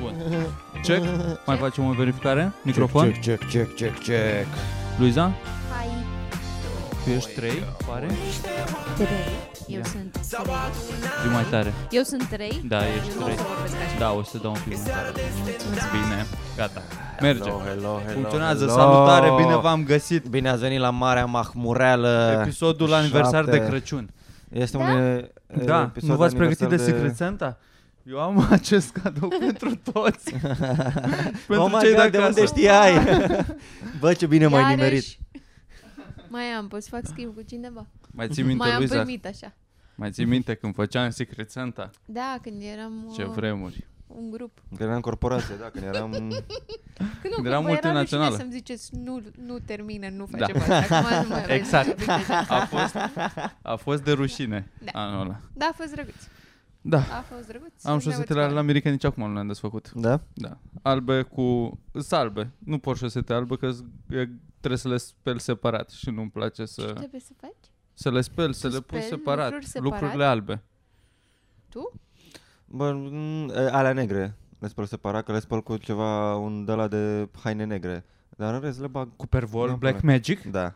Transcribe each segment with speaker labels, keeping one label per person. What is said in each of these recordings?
Speaker 1: Bun. Check. Mai facem o verificare. Microfon.
Speaker 2: Check, check, check, check, check.
Speaker 1: Luiza,
Speaker 3: Hai,
Speaker 1: tu ești 3, pare.
Speaker 3: trei. Eu
Speaker 1: Ia.
Speaker 3: sunt
Speaker 1: Zi mai tare.
Speaker 3: Eu sunt trei.
Speaker 1: Da, ești
Speaker 3: Eu nu o
Speaker 1: trei.
Speaker 3: să vorbesc așa.
Speaker 1: Da, o să dau un pic mai tare. Bine, gata. Merge.
Speaker 2: Hello, hello, hello,
Speaker 1: Funcționează.
Speaker 2: hello.
Speaker 1: Salutare, bine v-am găsit.
Speaker 2: Bine ați venit la Marea Mahmureală.
Speaker 1: Episodul aniversar de
Speaker 2: șapte.
Speaker 1: Crăciun.
Speaker 2: Este un e,
Speaker 1: Da,
Speaker 2: episod
Speaker 1: nu v-ați pregătit
Speaker 2: aniversar
Speaker 1: de Secret Santa? Eu am acest cadou pentru toți. pentru
Speaker 2: oh my
Speaker 1: cei de
Speaker 2: God, de
Speaker 1: acasă.
Speaker 2: unde știai? Bă, ce bine m-ai
Speaker 3: Iarăși.
Speaker 2: nimerit.
Speaker 3: Mai am, poți să fac schimb cu cineva.
Speaker 1: Mai ții minte,
Speaker 3: Mai am
Speaker 1: Luiza?
Speaker 3: primit așa.
Speaker 1: Mai ții minte când făceam Secret Santa?
Speaker 3: Da, când eram
Speaker 1: Ce
Speaker 3: uh,
Speaker 1: vremuri.
Speaker 3: un grup.
Speaker 2: Când eram corporație, da, când eram...
Speaker 3: Când, nu,
Speaker 1: Când eram
Speaker 3: vă
Speaker 1: multinațională.
Speaker 3: rușine să-mi ziceți, nu, nu termină, nu
Speaker 1: Da.
Speaker 3: face da. parte. Acum nu mai vreți
Speaker 1: Exact.
Speaker 3: să vorbiți așa.
Speaker 1: A fost, a fost de rușine
Speaker 3: Da.
Speaker 1: anul ăla.
Speaker 3: Da, a fost drăguț.
Speaker 1: Da.
Speaker 3: A fost drăguț.
Speaker 1: Am
Speaker 3: Mi-a
Speaker 1: șosetele
Speaker 3: plăcut.
Speaker 1: la Mirica, nici acum nu le-am desfăcut.
Speaker 2: Da?
Speaker 1: Da. Albe cu... Sunt albe. Nu pot șosete albe, că z- e- trebuie să le speli separat și nu-mi place
Speaker 3: Ce
Speaker 1: să...
Speaker 3: trebuie să faci?
Speaker 1: Să le speli, să
Speaker 3: Tu
Speaker 1: le pui
Speaker 3: speli
Speaker 1: separat.
Speaker 3: lucruri separat?
Speaker 1: Lucrurile albe.
Speaker 3: Tu?
Speaker 2: Bă, m, e, alea negre. Le spăl separat, că le spăl cu ceva, un de la de haine negre. Dar în rest le bag...
Speaker 1: Cu pervol,
Speaker 2: Nu-mi
Speaker 1: Black
Speaker 2: pare.
Speaker 1: Magic.
Speaker 2: Da.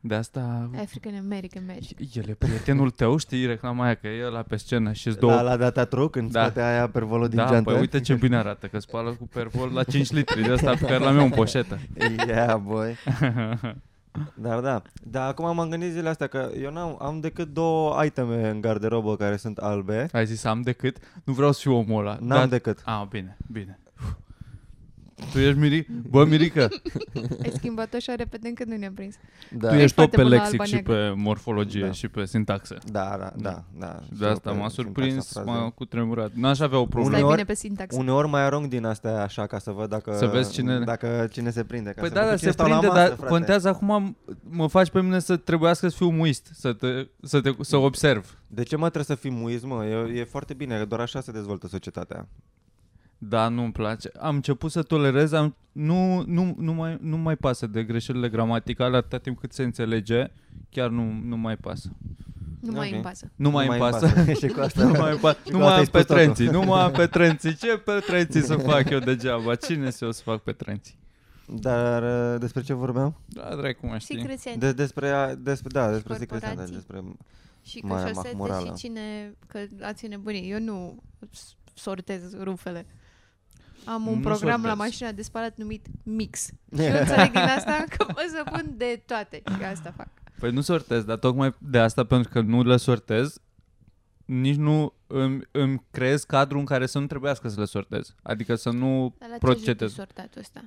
Speaker 1: De asta...
Speaker 3: African American Magic.
Speaker 1: El e prietenul tău, știi reclama aia că e la pe scenă și două...
Speaker 2: Da, la data truc, în
Speaker 1: Da.
Speaker 2: da. spate aia pervolul din
Speaker 1: da,
Speaker 2: geantă.
Speaker 1: păi uite ce bine arată, că spală cu pervol la 5 litri de asta pe care l-am eu în poșetă.
Speaker 2: Yeah, boy. Dar da, dar acum m-am gândit zilele astea că eu n-am, am decât două iteme în garderobă care sunt albe.
Speaker 1: Ai zis am decât, nu vreau să fiu omul ăla.
Speaker 2: N-am
Speaker 1: dar-
Speaker 2: decât.
Speaker 1: A, bine, bine. Tu ești Miri... Bă, Mirica,
Speaker 3: Ai schimbat-o așa repede încât nu ne-am prins.
Speaker 2: Da.
Speaker 1: tu ești tot
Speaker 3: foarte
Speaker 1: pe
Speaker 3: bună
Speaker 1: lexic
Speaker 3: alba
Speaker 1: și
Speaker 3: neagră.
Speaker 1: pe morfologie
Speaker 2: Da.
Speaker 1: și pe sintaxă.
Speaker 2: Da, da, da, da.
Speaker 1: De asta
Speaker 2: Sunt-
Speaker 1: m-a
Speaker 2: sunt
Speaker 1: surprins,
Speaker 2: taxa
Speaker 1: m-a
Speaker 2: frazei.
Speaker 1: cutremurat. N-aș avea o
Speaker 3: Stai
Speaker 1: problemă.
Speaker 2: Uneori-
Speaker 3: bine pe sintax.
Speaker 2: Uneori mai arunc din astea așa ca să văd dacă
Speaker 1: Să vezi cine-
Speaker 2: dacă cine se prinde. Ca
Speaker 1: Păi
Speaker 2: să
Speaker 1: da,
Speaker 2: văd
Speaker 1: da,
Speaker 2: cu
Speaker 1: se
Speaker 2: cine stau la
Speaker 1: prinde,
Speaker 2: masă,
Speaker 1: dar
Speaker 2: frate.
Speaker 1: contează acum, mă faci pe mine să trebuiască să fiu muist, să te, să te să observ.
Speaker 2: De ce mă trebuie să fii muism, mă? E, e foarte bine, că doar așa se dezvoltă societatea.
Speaker 1: Da, nu-mi place. Am început să tolerez, am, nu, nu, nu, mai, nu mai pasă de greșelile gramaticale, atâta timp cât se înțelege, chiar nu, nu mai pasă.
Speaker 3: Nu mai
Speaker 2: Ok.
Speaker 3: îmi pasă.
Speaker 1: Nu mai îmi pasă.
Speaker 2: și cu asta.
Speaker 1: Nu mai, pa- nu
Speaker 2: cu asta
Speaker 1: mai
Speaker 2: ai
Speaker 1: am
Speaker 2: spus totul.
Speaker 1: petrenții, nu mai am petrenții. Ce petrenții să fac eu degeaba? Cine să eu să fac petrenții?
Speaker 2: Dar uh, despre ce vorbeam?
Speaker 1: Da, dracu, mă știi.
Speaker 3: Secret Santa.
Speaker 2: De, despre, a- despre, da, despre Secret Santa,
Speaker 3: corporații.
Speaker 2: despre
Speaker 3: Și că
Speaker 2: Marea
Speaker 3: șosete
Speaker 2: Mahmurală.
Speaker 3: și cine, că ați nebunii. Eu nu s- sortez rufele. Am un
Speaker 1: Nu
Speaker 3: program la
Speaker 1: sortez.
Speaker 3: mașina de spălat numit Mix. Și eu înțeleg din asta că pot să pun de toate. Și asta fac.
Speaker 1: Păi nu sortez, dar tocmai de asta, pentru că nu le sortez, nici nu îmi, îmi creez cadrul în care să nu trebuiască să le sortez. Adică să nu
Speaker 3: Dar la ce
Speaker 1: Procetez.
Speaker 3: joci sortatul ăsta?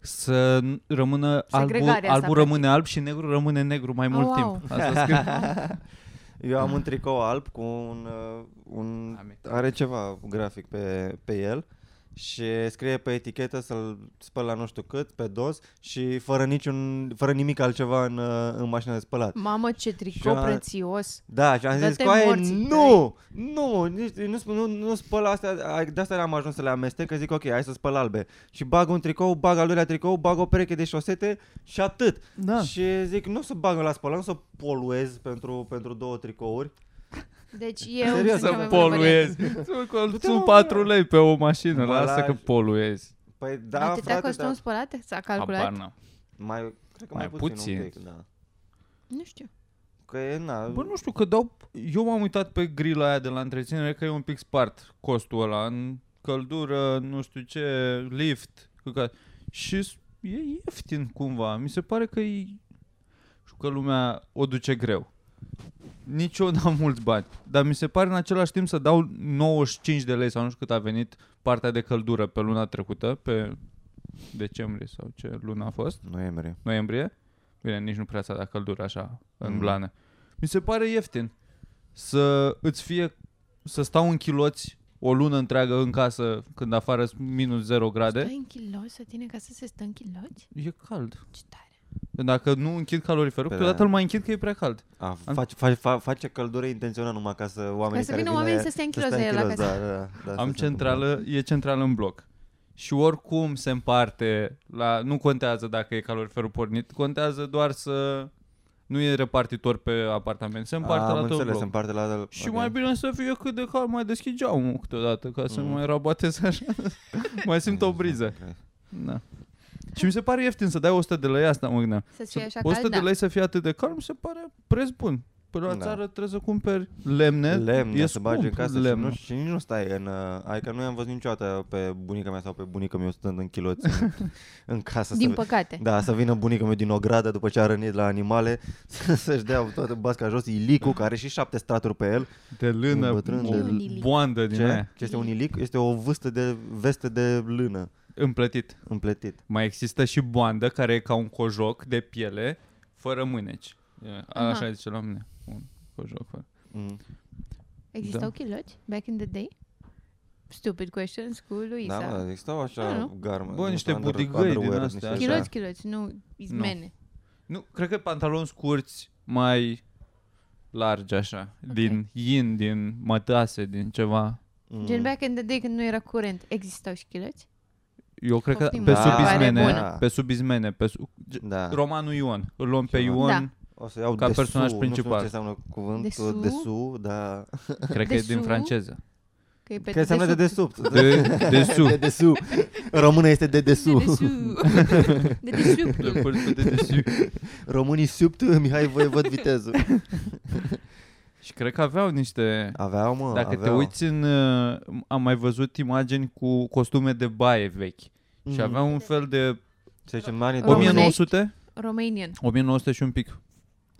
Speaker 1: să n- rămână albul,
Speaker 3: Segregarea asta,
Speaker 1: albul rămâne alb și negru rămâne negru mai
Speaker 3: Oh,
Speaker 1: mult
Speaker 3: wow.
Speaker 1: timp. Asta scriu.
Speaker 2: Eu am un tricou alb cu un, uh, un
Speaker 1: Amic.
Speaker 2: are ceva grafic pe, pe el și scrie pe etichetă să-l spăl la nu știu cât, pe dos și fără, niciun, fără nimic altceva în, uh, în mașina de spălat.
Speaker 3: Mamă, ce tricou
Speaker 2: Și a-
Speaker 3: prețios!
Speaker 2: Da, și am zis
Speaker 3: Dă-te
Speaker 2: că aia,
Speaker 3: morții
Speaker 2: nu, nu, nici- nu, sp- nu, nu spăl astea, de asta am ajuns să le amestec, că zic ok, hai să spăl albe. Și bag un tricou, bag al doilea tricou, bag o pereche de șosete și atât.
Speaker 1: Da.
Speaker 2: Și zic, nu o să bag la spălat, nu o să poluez pentru, pentru două tricouri.
Speaker 3: Deci eu
Speaker 2: Serios,
Speaker 3: sunt cea
Speaker 1: Să
Speaker 3: mai bună
Speaker 1: poluezi.
Speaker 3: variantă.
Speaker 2: Du-te, mă,
Speaker 1: Sunt
Speaker 2: bă.
Speaker 1: 4 lei pe o mașină,
Speaker 2: Ambalaj.
Speaker 1: lasă că poluezi.
Speaker 2: Păi da,
Speaker 3: Atâtea
Speaker 2: frate, da.
Speaker 3: costum spălate? S-a calculat?
Speaker 1: Habar n-am.
Speaker 2: Mai, cred că
Speaker 1: Mai
Speaker 2: mai, puțin,
Speaker 1: puțin.
Speaker 2: un pic, da.
Speaker 3: Nu știu.
Speaker 2: Că e, na,
Speaker 1: Bă, nu știu, că dau... Eu m-am uitat pe grila aia de la întreținere că e un pic spart costul ăla în căldură, nu știu ce, lift, căcat. Și s- e ieftin cumva. Mi se pare că e... Știu că lumea o duce greu. Nici eu n-am mulți bani, dar mi se pare în același timp să dau 95 de lei sau nu știu cât a venit partea de căldură pe luna trecută, pe decembrie sau ce luna a fost
Speaker 2: nu e mereu.
Speaker 1: noiembrie. Bine, nici nu prea s-a dat căldură așa în
Speaker 2: Mhm.
Speaker 1: blană. Mi se pare ieftin să îți fie să stau în chiloți o lună întreagă în casă când afară sunt minus 0 grade.
Speaker 3: Stai în chiloți la tine ca să se stă în chiloți?
Speaker 1: E cald.
Speaker 3: Ce tare!
Speaker 1: Dacă nu închid caloriferul,
Speaker 2: Pe
Speaker 1: câteodată
Speaker 2: da.
Speaker 1: îl mai închid că e prea cald.
Speaker 2: A, face, face, fa- face căldură intenționat numai ca să oamenii
Speaker 3: să
Speaker 2: care
Speaker 3: vină
Speaker 2: vine,
Speaker 3: oamenii să stea în kilos la el la
Speaker 2: Da, da, da, da,
Speaker 1: Am
Speaker 2: să se întâmple.
Speaker 1: centrală, e centrală în bloc. Și oricum se împarte la... Nu contează dacă e caloriferul pornit, contează doar să Nu e repartitor pe apartament, se împarte
Speaker 2: Am
Speaker 1: la tot
Speaker 2: înțeles,
Speaker 1: bloc.
Speaker 2: se împarte la tot
Speaker 1: Și mai bine să fie cât de calm, mai deschid geamul câteodată ca să mm. mai rabatez așa. mai simt o briză. Da. Și mi se pare ieftin să dai 100 de lei asta, mă gândeam.
Speaker 3: Să-ți
Speaker 1: Să-
Speaker 3: fie așa
Speaker 1: 100
Speaker 3: cald,
Speaker 1: de
Speaker 3: da.
Speaker 1: lei să fie atât de calm, mi se pare preț bun. Păi la
Speaker 2: Da.
Speaker 1: țară trebuie să cumperi lemne,
Speaker 2: Lemne,
Speaker 1: e
Speaker 2: să bagi în
Speaker 1: scump
Speaker 2: casă și,
Speaker 1: lemnul.
Speaker 2: nu, și nici nu stai în... uh, Adică nu i-am văzut niciodată pe bunica mea sau pe bunica mea stând în chiloți în, în casă.
Speaker 3: Din
Speaker 2: să,
Speaker 3: păcate.
Speaker 2: da, să vină bunica mea din ogradă după ce a rănit la animale, să- să-și dea toată basca jos, ilicu care are și șapte straturi pe el.
Speaker 1: De lână,
Speaker 2: Bătrân,
Speaker 1: o
Speaker 3: de- Un ilic.
Speaker 1: boandă din
Speaker 2: Ce?
Speaker 1: aia,
Speaker 2: ce este un ilic? Este o vâstă de veste de lână
Speaker 1: împletit.
Speaker 2: împletit.
Speaker 1: Mai există și boandă care e ca un cojoc de piele fără mâneci. E, Așa zice la mine, un cojoc fără.
Speaker 2: Mm.
Speaker 3: Existau
Speaker 1: Da.
Speaker 3: chiloci back in the day? Stupid questions cu Luisa.
Speaker 2: Da, mă, existau așa
Speaker 3: Păi, Da,
Speaker 2: nu?
Speaker 3: nu?
Speaker 2: garme.
Speaker 1: Bă, niște
Speaker 2: under-
Speaker 1: budigăi din
Speaker 2: underwear,
Speaker 1: astea,
Speaker 2: niște
Speaker 1: așa.
Speaker 3: chiloci, chiloci, nu izmene.
Speaker 1: Nu, cred că pantaloni scurți mai largi așa, din yin, din mătase, din ceva.
Speaker 2: Mm.
Speaker 3: Gen back in the day când nu era curent, existau și chiloci?
Speaker 1: Eu cred că
Speaker 3: Poftim,
Speaker 1: pe
Speaker 2: da.
Speaker 1: sub
Speaker 2: pare
Speaker 1: izmene,
Speaker 2: bună.
Speaker 1: pe sub izmene, pe sub...
Speaker 2: Da.
Speaker 1: Romanul Ion, îl luăm pe
Speaker 2: Ceva.
Speaker 1: Ion,
Speaker 3: Da.
Speaker 2: O să iau
Speaker 1: ca
Speaker 2: desu,
Speaker 1: personaj
Speaker 2: Nu știu
Speaker 1: principal.
Speaker 2: ce înseamnă cuvântul da.
Speaker 3: Desu?
Speaker 2: desu, dar...
Speaker 3: Păi,
Speaker 1: cred că e din
Speaker 3: Desu?
Speaker 1: franceză.
Speaker 3: Că e pe
Speaker 2: Că înseamnă de
Speaker 3: desubt.
Speaker 1: De,
Speaker 2: desubt.
Speaker 1: de sub.
Speaker 2: De desu. Română este de
Speaker 3: De
Speaker 2: desu.
Speaker 3: desubt. De
Speaker 1: Le
Speaker 3: desubt.
Speaker 1: pui pe de desu.
Speaker 2: Românii subt, Mihai voi văd viteză.
Speaker 1: Și cred că aveau niște...
Speaker 2: Aveau, mă,
Speaker 1: Dacă
Speaker 2: aveau.
Speaker 1: te uiți în... uh, Am mai văzut imagini cu costume de baie vechi.
Speaker 2: Mhm.
Speaker 1: Și aveau un fel de...
Speaker 2: Să zicem, în anii
Speaker 3: Românești?
Speaker 1: 1900?
Speaker 3: Romanian.
Speaker 1: 1900 și un pic.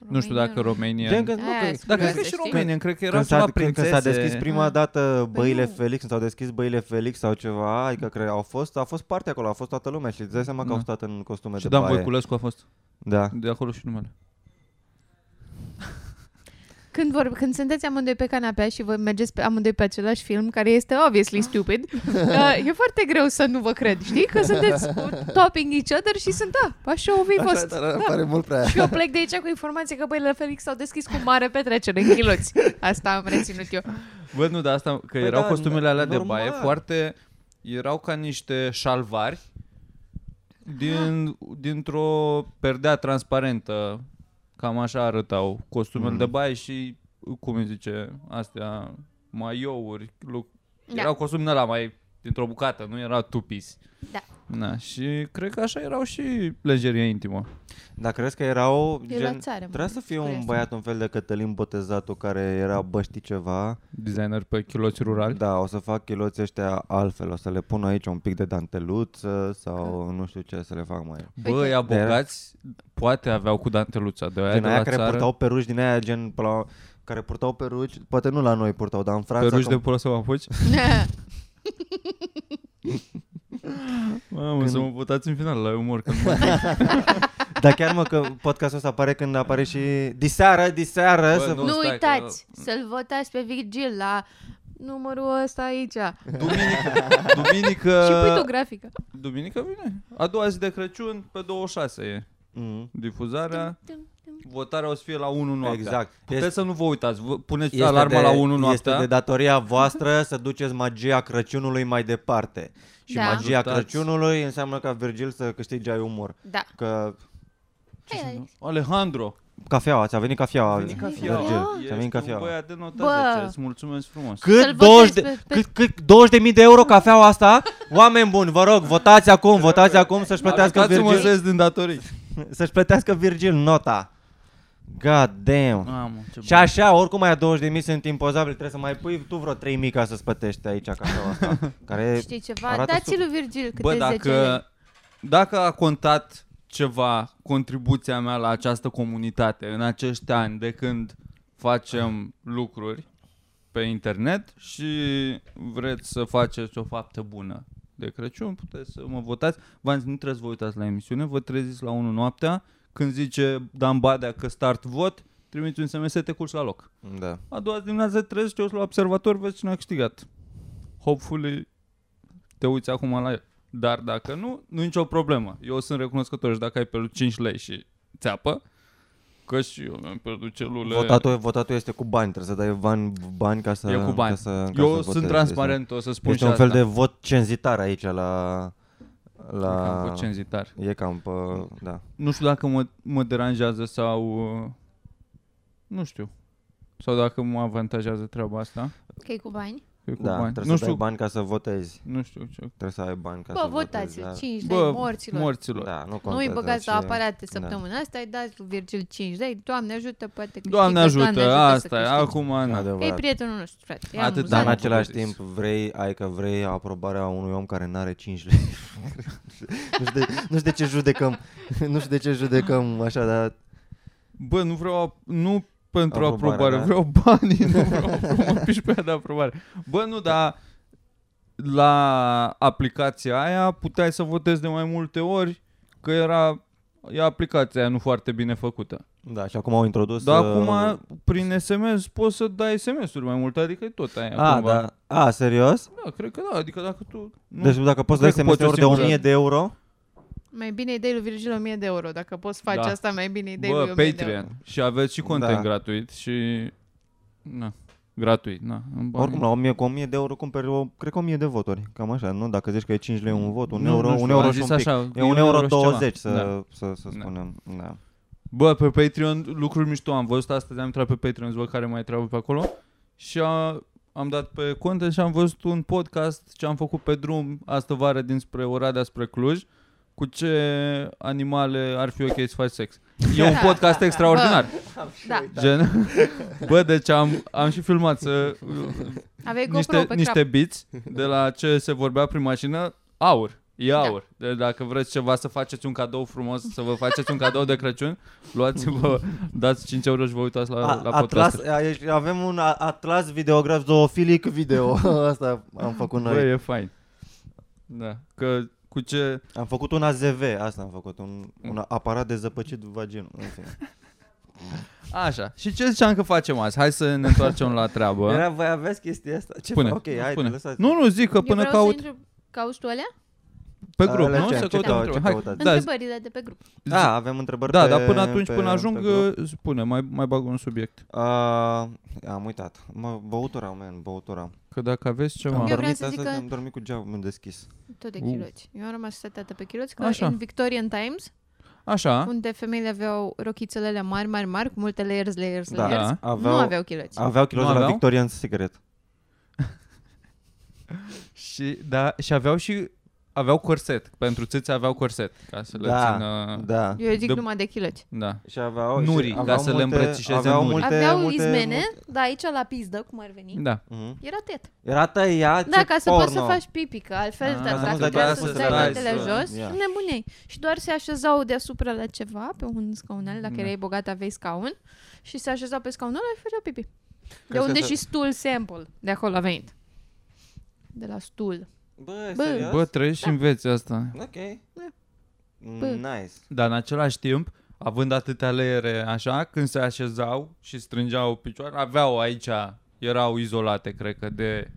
Speaker 1: Nu știu dacă România...
Speaker 2: Gen că, nu,
Speaker 3: Aia
Speaker 2: că,
Speaker 3: e
Speaker 1: Dar
Speaker 3: Dacă-
Speaker 1: cred
Speaker 3: Cred
Speaker 1: că și
Speaker 3: că știi.
Speaker 1: România, cred că era
Speaker 2: când s-a,
Speaker 1: ceva
Speaker 2: când, când
Speaker 1: prințese.
Speaker 2: s-a deschis prima
Speaker 3: Ah.
Speaker 2: dată băile
Speaker 3: nu.
Speaker 2: Felix, când s-au deschis băile Felix sau ceva, adică cred, au fost, a fost parte acolo, a fost toată lumea și îți dai seama că
Speaker 1: Da.
Speaker 2: au stat în costume
Speaker 1: Și
Speaker 2: de
Speaker 1: Dan
Speaker 2: baie.
Speaker 1: Voiculescu a fost.
Speaker 2: Da.
Speaker 1: De acolo și numele.
Speaker 3: Când, vor, când sunteți amândoi pe canapea și vă mergeți pe, amândoi pe același film, care este
Speaker 2: Ah.
Speaker 3: obviously stupid, uh, e foarte greu să nu vă cred, știi? Că sunteți topping each other și sunt, da, așa o fi fost.
Speaker 2: pare mult prea...
Speaker 3: Și eu plec de aici cu informația că băile Felix s-au deschis cu mare petrecere în chiloți. Asta am reținut eu.
Speaker 1: Bă, nu, dar asta, că
Speaker 2: Păi
Speaker 1: erau
Speaker 2: da,
Speaker 1: costumele alea de
Speaker 2: normal.
Speaker 1: baie foarte... Erau ca niște șalvari din, dintr-o perdea transparentă. Cam așa arătau costumele
Speaker 2: Mhm.
Speaker 1: de baie și, cum îi zice, astea, maiouri. Lu-
Speaker 3: Da.
Speaker 1: Erau costumele alea mai dintr-o bucată, nu era tupis.
Speaker 3: Da.
Speaker 1: Na, și cred că așa erau și lejerie intimă.
Speaker 2: Dar crezi că erau...
Speaker 3: E la țară.
Speaker 2: Trebuia să fie un
Speaker 3: Curios.
Speaker 2: băiat un fel de Cătălin Botezatul care era băști ceva.
Speaker 1: Designer pe chiloți rurali.
Speaker 2: Da, o să fac chiloții ăștia altfel, o să le pun aici un pic de danteluță sau nu știu ce să le fac mai...
Speaker 1: Bă, ea bogați poate aveau cu danteluța de aia
Speaker 2: Din
Speaker 1: de
Speaker 2: aia
Speaker 1: la
Speaker 2: care
Speaker 1: țară.
Speaker 2: purtau peruci, din aia gen pe la, care purtau peruci, poate nu la noi purtau, dar în Franța...
Speaker 1: Peruci de
Speaker 2: cum-
Speaker 1: prost să mă apuci? Mamă, să mă votați în final la umor. Că nu mai-
Speaker 2: Dar chiar mă că podcastul ăsta apare când apare și diseară, diseară,
Speaker 1: Bă,
Speaker 2: să...
Speaker 1: nu.
Speaker 3: Nu
Speaker 1: stai că-
Speaker 3: uitați să-l votați pe Virgil la numărul ăsta aici.
Speaker 1: duminică,
Speaker 3: Și pui
Speaker 1: duminică,
Speaker 3: tu grafică.
Speaker 1: duminică vine. A doua zi de Crăciun, pe 26 e
Speaker 2: Mm.
Speaker 1: difuzarea. Votarea o să fie la 1 noaptea.
Speaker 2: Exact.
Speaker 1: Puteți
Speaker 2: Este-
Speaker 1: să nu vă uitați. Vă puneți
Speaker 2: Este
Speaker 1: alarma
Speaker 2: de-
Speaker 1: la 1
Speaker 2: Este
Speaker 1: noaptea.
Speaker 2: de datoria voastră să duceți magia Crăciunului mai departe. Și
Speaker 3: Da.
Speaker 2: magia
Speaker 1: Ajutați.
Speaker 2: Crăciunului înseamnă ca Virgil să câștige ai umor.
Speaker 3: Da.
Speaker 2: Că
Speaker 3: Hai, Alex.
Speaker 2: da-
Speaker 1: Alejandro.
Speaker 2: cafeaua, ți-a venit cafeaua.
Speaker 1: Veni
Speaker 3: cafeaua.
Speaker 2: Virgil,
Speaker 3: Ah.
Speaker 2: ți-a venit
Speaker 1: Ești un
Speaker 2: cafeaua.
Speaker 1: băiat de
Speaker 3: Bă.
Speaker 1: notă 10. Îți mulțumesc frumos.
Speaker 2: Cât
Speaker 3: Să-l
Speaker 2: 20,
Speaker 3: votezi
Speaker 2: de,
Speaker 3: pe- pe-
Speaker 2: cât, cât 20 de euro cafeaua asta? Oameni buni, vă rog, votați acum, votați acum să-și plătească
Speaker 1: Aruncați-mă
Speaker 2: Virgil,
Speaker 1: zeci din datorii.
Speaker 2: să-și plătească Virgil nota. God damn.
Speaker 1: Mamă, ce
Speaker 2: Și așa, oricum mai a 20.000 sunt impozabili, trebuie să mai pui tu vreo 3.000 ca să-ți plătești aici cafeaua asta. Care
Speaker 3: Știi ceva?
Speaker 2: arată
Speaker 3: Dați-l
Speaker 2: super.
Speaker 3: lui Virgil câte
Speaker 1: Bă,
Speaker 3: 10 lei.
Speaker 1: dacă, dacă a contat ceva contribuția mea la această comunitate în acești ani de când facem lucruri pe internet și vreți să faceți o faptă bună de Crăciun, puteți să mă votați. V-am zis, nu trebuie să vă uitați la emisiune, vă treziți la 1 noaptea, când zice Dan Badea că start vot, trimiți un SMS, te culci la loc.
Speaker 2: Da.
Speaker 1: A doua zi dimineață te trezești, te uiți la observator, vezi cine a câștigat. Hopefully te uiți acum la el. Dar dacă nu, nu nicio problemă. Eu sunt recunoscător și dacă ai pierdut 5 lei și țeapă, că și eu mi-am pierdut celule.
Speaker 2: Votatul, votatul este cu bani, trebuie să dai bani, bani ca să...
Speaker 1: E cu bani.
Speaker 2: Ca să, ca să
Speaker 1: eu
Speaker 2: votezi,
Speaker 1: sunt transparent, o să
Speaker 2: Este,
Speaker 1: spun
Speaker 2: este
Speaker 1: și
Speaker 2: un fel
Speaker 1: asta.
Speaker 2: de vot cenzitar aici la...
Speaker 1: Am
Speaker 2: la...
Speaker 1: fost cenzitar.
Speaker 2: E cam pe... Da.
Speaker 1: Nu știu dacă mă, mă deranjează sau uh, Nu știu. Sau dacă mă avantajează treaba asta.
Speaker 3: Că e cu bani.
Speaker 1: Că e cu
Speaker 2: Da,
Speaker 1: bani.
Speaker 2: trebuie
Speaker 1: Nu
Speaker 2: să dai
Speaker 1: știu,
Speaker 2: bani ca să votezi.
Speaker 1: nu știu ce.
Speaker 2: Trebuie să ai bani ca
Speaker 3: Bă,
Speaker 2: să
Speaker 3: votați
Speaker 2: votezi. da.
Speaker 3: 5 de
Speaker 1: Bă,
Speaker 3: morților.
Speaker 1: Morților.
Speaker 2: Da, nu
Speaker 3: nu îi
Speaker 2: contează
Speaker 3: băgați la
Speaker 2: ce-
Speaker 3: aparate
Speaker 2: da.
Speaker 3: săptămâna asta, îi dați lui Virgil 5 de Doamne ajută, poate câștigă,
Speaker 1: Doamne ajută,
Speaker 3: să
Speaker 1: asta e,
Speaker 3: câștige.
Speaker 1: acum Ana.
Speaker 2: Adevărat.
Speaker 3: E prietenul nostru, frate. E
Speaker 1: Atât, Da,
Speaker 2: Dar în
Speaker 1: mă,
Speaker 3: amuzant.
Speaker 2: același
Speaker 1: vedeți.
Speaker 2: timp vrei, ai că vrei aprobarea unui om care n-are 5 lei. nu, știu de, nu știu de ce judecăm, nu știu de ce judecăm așa, dar
Speaker 1: Bă, nu vreau, ap- nu pentru aprobare,
Speaker 2: Aprobare,
Speaker 1: aprobare vreau
Speaker 2: da?
Speaker 1: banii, nu vreau aprobare, mă piși pe ea de aprobare. Bă, nu, dar la aplicația aia puteai să votezi de mai multe ori, că era e aplicația aia nu foarte bine făcută.
Speaker 2: da, și acum au introdus...
Speaker 1: Dar
Speaker 2: uh,
Speaker 1: acum, prin SMS, poți să dai SMS-uri mai multe, adică e tot aia
Speaker 2: a,
Speaker 1: cumva.
Speaker 2: da. A, serios?
Speaker 1: da, cred că da, adică dacă tu... Nu,
Speaker 2: Deci dacă poți să dai
Speaker 1: Cred că poți
Speaker 2: SMS-uri de
Speaker 1: o singură
Speaker 2: 1000 de euro,
Speaker 3: Mai bine îi dai lui Virgil 1000 de euro. Dacă poți face
Speaker 1: Da.
Speaker 3: asta, mai bine îi dai lui
Speaker 1: bă,
Speaker 3: 1000 de euro.
Speaker 1: Patreon. Și aveți și content
Speaker 2: Da.
Speaker 1: gratuit și... Na, gratuit, na. în bani.
Speaker 2: oricum la 1000 cu 1000 de euro cumperi, o, cred că 1000 de voturi, cam așa, nu? Dacă zici că e 5 lei un vot, un
Speaker 1: Nu,
Speaker 2: euro,
Speaker 1: nu
Speaker 2: un
Speaker 1: știu,
Speaker 2: euro
Speaker 1: am
Speaker 2: și
Speaker 1: zis
Speaker 2: un pic.
Speaker 1: așa,
Speaker 2: E
Speaker 1: un
Speaker 2: un
Speaker 1: euro și ceva.
Speaker 2: euro 20, să,
Speaker 1: Da.
Speaker 2: să, să
Speaker 1: Da.
Speaker 2: spunem. Da.
Speaker 1: Bă, pe Patreon lucruri mișto am văzut astăzi, am intrat pe Patreon să văd care mai treabă pe acolo și a, am dat pe content și am văzut un podcast ce am făcut pe drum astă vară dinspre Oradea spre Cluj cu ce animale ar fi ok să faci sex. E un podcast extraordinar.
Speaker 3: Da,
Speaker 1: Gen, bă, deci am, am și filmat să,
Speaker 3: aveai GoPro
Speaker 1: niște,
Speaker 3: pe
Speaker 1: niște
Speaker 3: cap.
Speaker 1: biți de la ce se vorbea prin mașină, aur. E aur. Da. Deci dacă vreți ceva să faceți un cadou frumos, să vă faceți un cadou de Crăciun, luați-vă, dați 5 euro și vă uitați la,
Speaker 2: A,
Speaker 1: la
Speaker 2: atlas,
Speaker 1: podcast.
Speaker 2: a, ești- avem un a- atlas videograf zoofilic video. Asta am făcut
Speaker 1: Bă,
Speaker 2: noi.
Speaker 1: e fain. Da. Că cu ce...
Speaker 2: Am făcut un AZV, asta am făcut, un, un aparat de zăpăcit vaginul. în fine.
Speaker 1: Așa. Și ce ziceam că facem azi? Hai să ne întoarcem la treabă.
Speaker 2: Era, voi aveți chestia asta? Ce
Speaker 1: Spune,
Speaker 2: fa- Ok, hai,
Speaker 1: Spune.
Speaker 2: lăsați.
Speaker 1: Nu, nu, zic că
Speaker 3: Eu
Speaker 1: până
Speaker 3: vreau să
Speaker 1: caut
Speaker 3: intru- Cauți tu alea?
Speaker 1: pe grup,
Speaker 2: Ale
Speaker 1: nu?
Speaker 2: ce-
Speaker 1: Să
Speaker 2: ce
Speaker 1: căutăm
Speaker 2: cau-
Speaker 1: întrebări.
Speaker 2: ce
Speaker 1: Hai,
Speaker 2: căutați?
Speaker 1: da, zi-
Speaker 3: Întrebările de pe grup.
Speaker 2: Da, avem întrebări
Speaker 1: da,
Speaker 2: pe,
Speaker 1: dar până atunci,
Speaker 2: pe,
Speaker 1: până ajung, uh,
Speaker 2: pe grup.
Speaker 1: spune, mai, mai bag un subiect.
Speaker 2: A, am uitat. Mă, băutura, man, băutura.
Speaker 1: Că dacă aveți
Speaker 2: Am
Speaker 1: ceva...
Speaker 3: Eu- vreau
Speaker 2: dormit
Speaker 3: să zic
Speaker 2: astăzi,
Speaker 3: că-
Speaker 2: am dormit cu geamul deschis.
Speaker 3: Tot de
Speaker 1: Uh.
Speaker 3: chiloți. Eu am rămas setată pe chiloți, că
Speaker 1: Așa. Da.
Speaker 3: în Victorian Times,
Speaker 1: Așa.
Speaker 3: unde femeile aveau rochițele alea mari, mari, mari, cu multe layers, layers,
Speaker 2: Da.
Speaker 3: layers,
Speaker 1: Da.
Speaker 2: Aveau,
Speaker 3: nu aveau chiloți.
Speaker 2: aveau kilos
Speaker 1: Nu
Speaker 2: de la
Speaker 1: aveau?
Speaker 2: Victorian Secret.
Speaker 1: Și, da, și aveau și aveau corset. Pentru țâțe aveau corset. Ca să le
Speaker 2: Da,
Speaker 1: țină...
Speaker 2: Da.
Speaker 3: Eu zic
Speaker 1: de-
Speaker 3: numai de chiloți.
Speaker 1: da.
Speaker 2: Și aveau,
Speaker 1: Nuri,
Speaker 2: și
Speaker 1: Ah. ca
Speaker 2: aveau
Speaker 1: să le
Speaker 2: multe,
Speaker 1: îmbrățișeze
Speaker 2: aveau
Speaker 1: nuri.
Speaker 2: multe,
Speaker 3: aveau
Speaker 2: multe,
Speaker 3: izmene,
Speaker 2: multe-
Speaker 3: dar aici la pizdă, cum ar veni,
Speaker 1: Da.
Speaker 2: Mhm.
Speaker 3: era tet.
Speaker 2: Era tăiat
Speaker 3: Da,
Speaker 2: și
Speaker 3: ca să
Speaker 2: porno.
Speaker 3: poți să faci pipică, altfel
Speaker 1: Ah,
Speaker 3: ah,
Speaker 1: ca să
Speaker 3: dacă
Speaker 1: nu-ți
Speaker 3: trebuia
Speaker 1: dai
Speaker 3: să
Speaker 1: voie să
Speaker 3: dai
Speaker 1: stai,
Speaker 3: datele
Speaker 2: să-
Speaker 3: jos,
Speaker 2: ia.
Speaker 3: yeah. nebuneai. Și doar se așezau deasupra la ceva, pe un scaunel, dacă
Speaker 1: Da.
Speaker 3: erai bogat aveai scaun, și se așezau pe scaunul ăla și făceau pipi. De
Speaker 2: Crezi că
Speaker 3: unde
Speaker 2: se-
Speaker 3: și stul sample, de acolo a venit. De la stul.
Speaker 2: Bă,
Speaker 3: Bă.
Speaker 2: serios?
Speaker 1: Bă, trăiești și înveți asta.
Speaker 2: Ok.
Speaker 3: Da.
Speaker 2: Mm, Nice.
Speaker 1: Dar în același timp, având atâtea leere așa, când se așezau și strângeau picioare, aveau aici, erau izolate, cred că, de...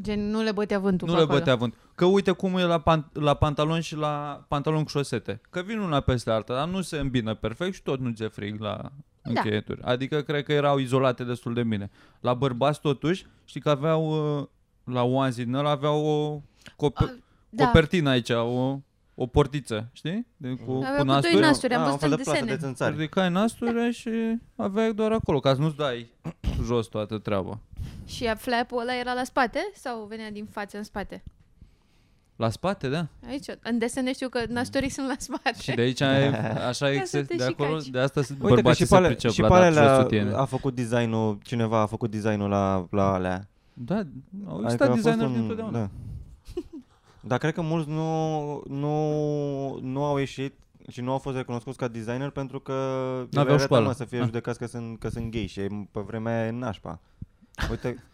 Speaker 3: Gen, nu le bătea vântul
Speaker 1: nu
Speaker 3: pe
Speaker 1: le
Speaker 3: acolo.
Speaker 1: bătea vânt. Că uite cum e la, pan- la pantalon și la pantalon cu șosete. Că vin una peste alta, dar nu se îmbină perfect și tot nu ți-e frig la
Speaker 3: Da.
Speaker 1: încheieturi. Adică cred că erau izolate destul de bine. La bărbați totuși, știi că aveau uh, la onesie din ăla aveau o cope-
Speaker 3: A, da.
Speaker 1: copertină aici, o, o portiță, știi? De, cu,
Speaker 3: Aveau
Speaker 1: cu
Speaker 3: cu doi
Speaker 1: nasturi.
Speaker 3: nasturi. Asturi, am
Speaker 2: Ah,
Speaker 3: văzut
Speaker 2: un fel
Speaker 3: în
Speaker 2: de plasă
Speaker 3: desene.
Speaker 2: de țânțari.
Speaker 1: Ridicai nasturile și aveai doar acolo, ca să nu-ți dai jos toată treaba.
Speaker 3: Și a flap-ul ăla era la spate sau venea din față în spate?
Speaker 1: La spate, da?
Speaker 3: Aici, în desene știu că nastorii sunt la spate.
Speaker 1: Și de aici, ai- așa
Speaker 3: Ia
Speaker 1: e,
Speaker 3: să te
Speaker 1: de
Speaker 3: și
Speaker 1: acolo,
Speaker 3: caci.
Speaker 1: de asta se-
Speaker 2: Uite că
Speaker 1: bărbații
Speaker 2: și
Speaker 1: se
Speaker 2: pale,
Speaker 1: pricep
Speaker 2: și
Speaker 1: la dat
Speaker 2: pale
Speaker 1: jos
Speaker 2: la,
Speaker 1: sutiene.
Speaker 2: a făcut designul, cineva a făcut designul la, la alea.
Speaker 1: Da, au
Speaker 2: Adică a
Speaker 1: existat
Speaker 2: fost
Speaker 1: designer
Speaker 2: un-
Speaker 1: din totdeauna.
Speaker 2: Da. Dar cred că mulți nu, nu, nu au ieșit și nu au fost recunoscuți ca designer pentru că le
Speaker 1: aveau
Speaker 2: era
Speaker 1: școală.
Speaker 2: teamă să fie
Speaker 1: Ah.
Speaker 2: judecați că sunt, că sunt gay și e pe vremea aia e nașpa. Uite,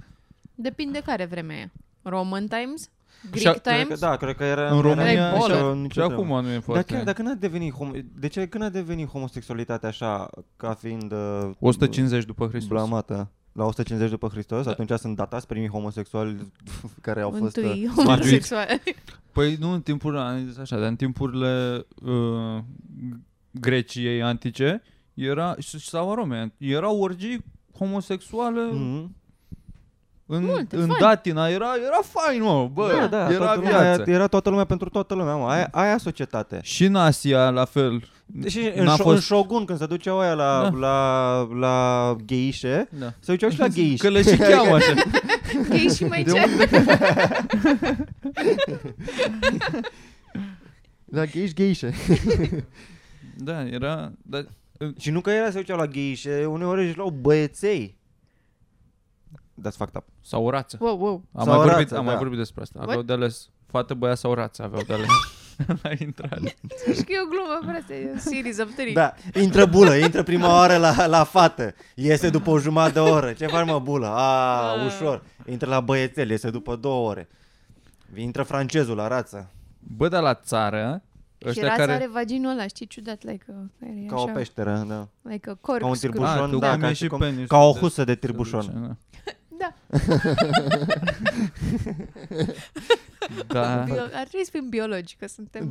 Speaker 3: Depinde care vreme e. Roman Times?
Speaker 1: Și
Speaker 3: Greek
Speaker 1: a-
Speaker 2: cred că,
Speaker 3: Times?
Speaker 2: da, cred că era
Speaker 1: În România
Speaker 2: era
Speaker 3: Ei,
Speaker 1: și,
Speaker 2: nicio-
Speaker 3: bolă.
Speaker 1: și
Speaker 2: nicio treabă.
Speaker 1: acum nu e
Speaker 2: Dar
Speaker 1: foarte...
Speaker 2: chiar dacă n-a devenit homo- de ce când a devenit homosexualitatea așa ca fiind uh,
Speaker 1: 150 după Hristos.
Speaker 2: blamată? La 150 după Hristos,
Speaker 1: Da.
Speaker 2: atunci sunt datați primii homosexuali care au fost...
Speaker 3: Întâi
Speaker 2: uh,
Speaker 3: homosexual.
Speaker 1: Păi nu în timpurile, am zis așa, dar în timpurile uh, Greciei antice
Speaker 2: Mm-hmm.
Speaker 1: era, și- sau a Romei, erau orgii homosexuale mm.
Speaker 2: Mhm.
Speaker 1: În,
Speaker 3: Multe,
Speaker 1: în
Speaker 3: fain.
Speaker 1: datina era, era fain, mă, bă,
Speaker 2: Da,
Speaker 1: da,
Speaker 2: da,
Speaker 1: era
Speaker 2: toată lumea,
Speaker 1: viață.
Speaker 2: era toată lumea pentru toată lumea, mă. Aia, aia societate.
Speaker 1: Și în Asia, la fel.
Speaker 2: Deși Deci, în,
Speaker 1: N-a
Speaker 2: șo-
Speaker 1: fost-
Speaker 2: în Shogun, când se duceau aia la,
Speaker 1: Da.
Speaker 2: da. la, la gheișe,
Speaker 1: Da.
Speaker 2: se duceau și la gheișe.
Speaker 1: Că le și cheamă așa.
Speaker 3: Ei și mai
Speaker 4: De
Speaker 3: ce?
Speaker 4: La gheiș, gheișe.
Speaker 1: Da, era... Da,
Speaker 2: Și nu că era se duceau la gheișe, uneori își luau băieței. That's fucked up.
Speaker 1: sau o rață.
Speaker 3: Wow, wow.
Speaker 1: Am,
Speaker 2: Sau
Speaker 1: mai,
Speaker 2: o
Speaker 1: vorbit,
Speaker 2: rață,
Speaker 1: am mai
Speaker 2: da.
Speaker 1: vorbit despre asta. Aveau
Speaker 3: What?
Speaker 1: de ales fată, băiat sau rață aveau de ales la intrare.
Speaker 3: Știi că e o glumă, frate, e un series of three.
Speaker 2: Da, intră bulă, intră prima oară la, la fată, iese după o jumătate de oră. Ce faci mă bulă? A,
Speaker 3: Ah.
Speaker 2: ușor. Intră la băiețel, iese după două ore. Intră francezul la rață,
Speaker 1: Bă, dar la țară,
Speaker 3: și
Speaker 1: ăștia
Speaker 3: rața
Speaker 1: care...
Speaker 3: are vaginul ăla, știi, ciudat, like a, e
Speaker 2: ca
Speaker 3: așa,
Speaker 2: o peșteră, da.
Speaker 3: Like a cork,
Speaker 2: un
Speaker 1: Ah,
Speaker 2: tirbușon.
Speaker 1: că
Speaker 2: da,
Speaker 1: cum
Speaker 2: ca
Speaker 1: e
Speaker 2: și cum-
Speaker 1: penisul
Speaker 2: Ca o
Speaker 1: de-
Speaker 2: husă de
Speaker 1: se
Speaker 2: tirbușon.
Speaker 1: duce, da.
Speaker 3: Da,
Speaker 1: Da.
Speaker 3: bio- ar trebui să fim biologi, că suntem...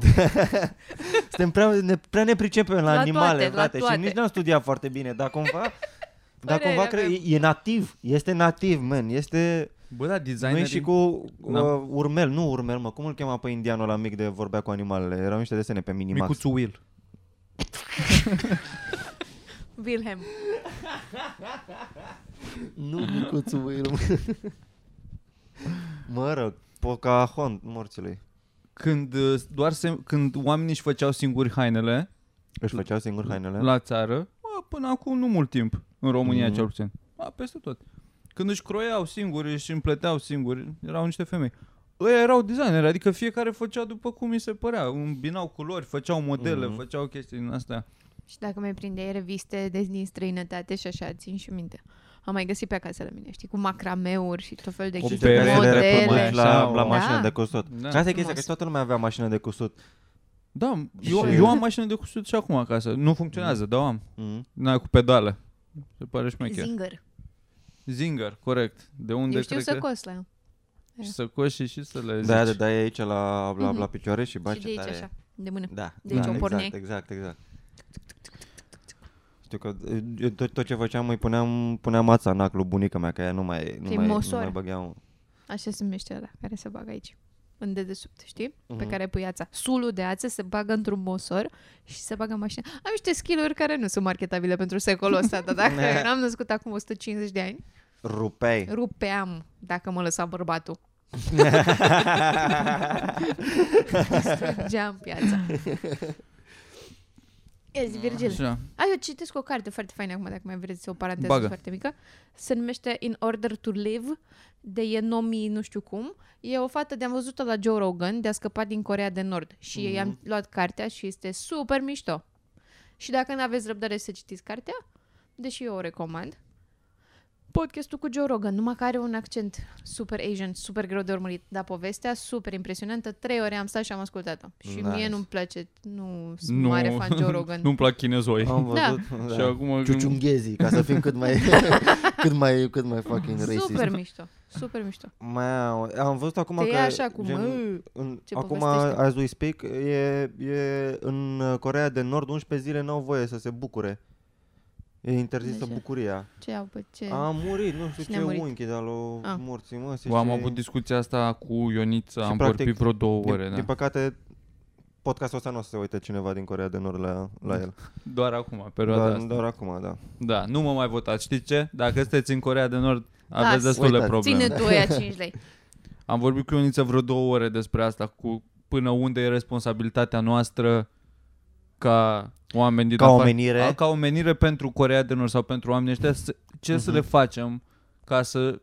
Speaker 2: Suntem prea, ne, prea ne pricepem la,
Speaker 3: La
Speaker 2: animale,
Speaker 3: toate, la
Speaker 2: frate,
Speaker 3: toate.
Speaker 2: și nici n-am studiat foarte bine, dar cumva... Dar
Speaker 3: Părerea
Speaker 2: cumva cred,
Speaker 3: mea.
Speaker 2: e, e nativ, este nativ, man, este...
Speaker 1: Bă, da,
Speaker 2: Nu
Speaker 1: designerii...
Speaker 2: e și cu uh,
Speaker 1: Da.
Speaker 2: urmel, nu urmel, mă, cum îl chema pe indianul la mic de vorbea cu animalele? Erau niște desene pe Minimax.
Speaker 1: Micuțul Will.
Speaker 3: Wilhelm.
Speaker 4: Nu, micuțul Wilm.
Speaker 2: Mă rog, Pocahont, morțilei.
Speaker 1: Când, uh, doar se, când oamenii își făceau singuri hainele
Speaker 2: Își făceau singur hainele?
Speaker 1: la țară, bă, până acum nu mult timp, în România
Speaker 2: Da. Mhm.
Speaker 1: cel puțin, a, peste tot. Când își croiau singuri, își împleteau singuri, erau niște femei. Ei erau designeri, adică fiecare făcea după cum îi se părea. Îmbinau culori, făceau modele,
Speaker 2: Mhm.
Speaker 1: făceau chestii din astea.
Speaker 3: Și dacă mai prindeai reviste de din străinătate și așa, țin și minte. Am mai găsit pe acasă la mine, știi, cu macrameuri și tot felul de
Speaker 1: Cu
Speaker 2: Și
Speaker 3: chestii,
Speaker 1: bere,
Speaker 2: pe
Speaker 1: perele
Speaker 3: modele.
Speaker 1: răpămâni.
Speaker 2: la, la,
Speaker 1: Da.
Speaker 2: la mașină de cusut.
Speaker 1: Da.
Speaker 2: Și asta e chestia,
Speaker 3: Frumos.
Speaker 2: că și toată lumea avea mașină de cusut.
Speaker 1: Da,
Speaker 2: Și-
Speaker 1: eu, eu am mașină de cusut și acum acasă. Nu funcționează, dar o am.
Speaker 2: Mm.
Speaker 1: Na, cu pedale. Se pare șmecher.
Speaker 3: Zinger.
Speaker 1: Zinger, corect. De unde
Speaker 3: Eu știu
Speaker 1: cred
Speaker 3: să
Speaker 1: că...
Speaker 3: cos la ea.
Speaker 1: Și să coși și, și să le zici.
Speaker 2: Da, da, da, e aici la, la,
Speaker 3: Mhm.
Speaker 2: la picioare și
Speaker 3: Și
Speaker 2: baci
Speaker 3: de aici
Speaker 2: tare.
Speaker 3: așa, de mână.
Speaker 2: Da,
Speaker 3: Deci
Speaker 2: da,
Speaker 3: o porneai.
Speaker 2: exact, exact, exact. Știu că eu tot, tot ce făceam, îi puneam, puneam mața în ac lui bunica mea, că ea nu mai, nu
Speaker 3: Te
Speaker 2: mai, nu
Speaker 3: mosoară.
Speaker 2: mai băgeam.
Speaker 3: Așa se numește ăla care se bagă aici. În dedesubt, știi? Pe
Speaker 2: Mhm.
Speaker 3: care pui ața. Sulul de ață se bagă într-un mosor și se bagă în mașină. Am niște skill-uri care nu sunt marketabile pentru secolul ăsta, dar dacă eram născut acum 150 de ani,
Speaker 2: Rupei.
Speaker 3: rupeam dacă mă lăsa bărbatul. Distrugeam piața. Ezi, Virgil.
Speaker 1: Așa.
Speaker 3: A, Ah, eu citesc o carte foarte faină acum, dacă mai vreți o paranteză
Speaker 1: Bagă.
Speaker 3: foarte mică. Se numește In Order to Live, de Enomi nu știu cum. E o fată de-am văzut-o la Joe Rogan, de-a scăpat din Corea de Nord. Și mm-hmm. i-am luat cartea și este super mișto. Și dacă nu aveți răbdare să citiți cartea, deși eu o recomand, podcastul cu Joe Rogan, numai că are un accent super Asian, super greu de urmărit, dar povestea super impresionantă. Trei ore am stat și am ascultat-o. Și
Speaker 2: Nice.
Speaker 3: mie nu-mi place, nu sunt mare fan Joe Rogan.
Speaker 1: nu-mi plac chinezoi.
Speaker 2: Am
Speaker 3: Da.
Speaker 2: văzut. Da.
Speaker 1: Și acum când...
Speaker 4: Ciuciunghezii, ca să fim cât mai, cât mai, cât mai fucking racist.
Speaker 3: Super mișto, super mișto.
Speaker 2: Mai au- am văzut acum
Speaker 3: Te
Speaker 2: că...
Speaker 3: ia așa cu
Speaker 2: gen-
Speaker 3: mă.
Speaker 2: în,
Speaker 3: ce
Speaker 2: acum,
Speaker 3: povestește.
Speaker 2: as we speak, e, e în uh, Corea de Nord 11 zile n-au voie să se bucure. E interzisă
Speaker 3: De ce?
Speaker 2: bucuria.
Speaker 3: Ce au, bă, ce...
Speaker 2: A murit, nu știu
Speaker 3: Cine a
Speaker 2: ce
Speaker 3: murit?
Speaker 2: unchi de-a lui
Speaker 3: Ah.
Speaker 2: morții, mă. se
Speaker 1: Bă, am
Speaker 2: ce-
Speaker 1: avut discuția asta cu Ionița,
Speaker 2: Și
Speaker 1: am
Speaker 2: practic,
Speaker 1: vorbit vreo două
Speaker 2: din,
Speaker 1: ore, da.
Speaker 2: din păcate, podcastul ăsta nu o să se uite cineva din Corea de Nord la, la el.
Speaker 1: Doar acum, perioada
Speaker 2: Doar,
Speaker 1: asta.
Speaker 2: doar acum, da.
Speaker 1: Da, nu mă mai votați. Știți ce? Dacă sunteți în Corea de Nord, aveți
Speaker 3: Las.
Speaker 1: destule
Speaker 4: Uitați.
Speaker 1: probleme.
Speaker 3: Ține tu aia 5 lei.
Speaker 1: Am vorbit cu Ionița vreo două ore despre asta, cu până unde e responsabilitatea noastră ca oameni din
Speaker 2: Ca
Speaker 1: afară-
Speaker 2: omenire.
Speaker 1: A, ca omenire pentru Corea de Nord sau pentru oamenii ăștia, să- ce să
Speaker 2: Mhm.
Speaker 1: le facem ca să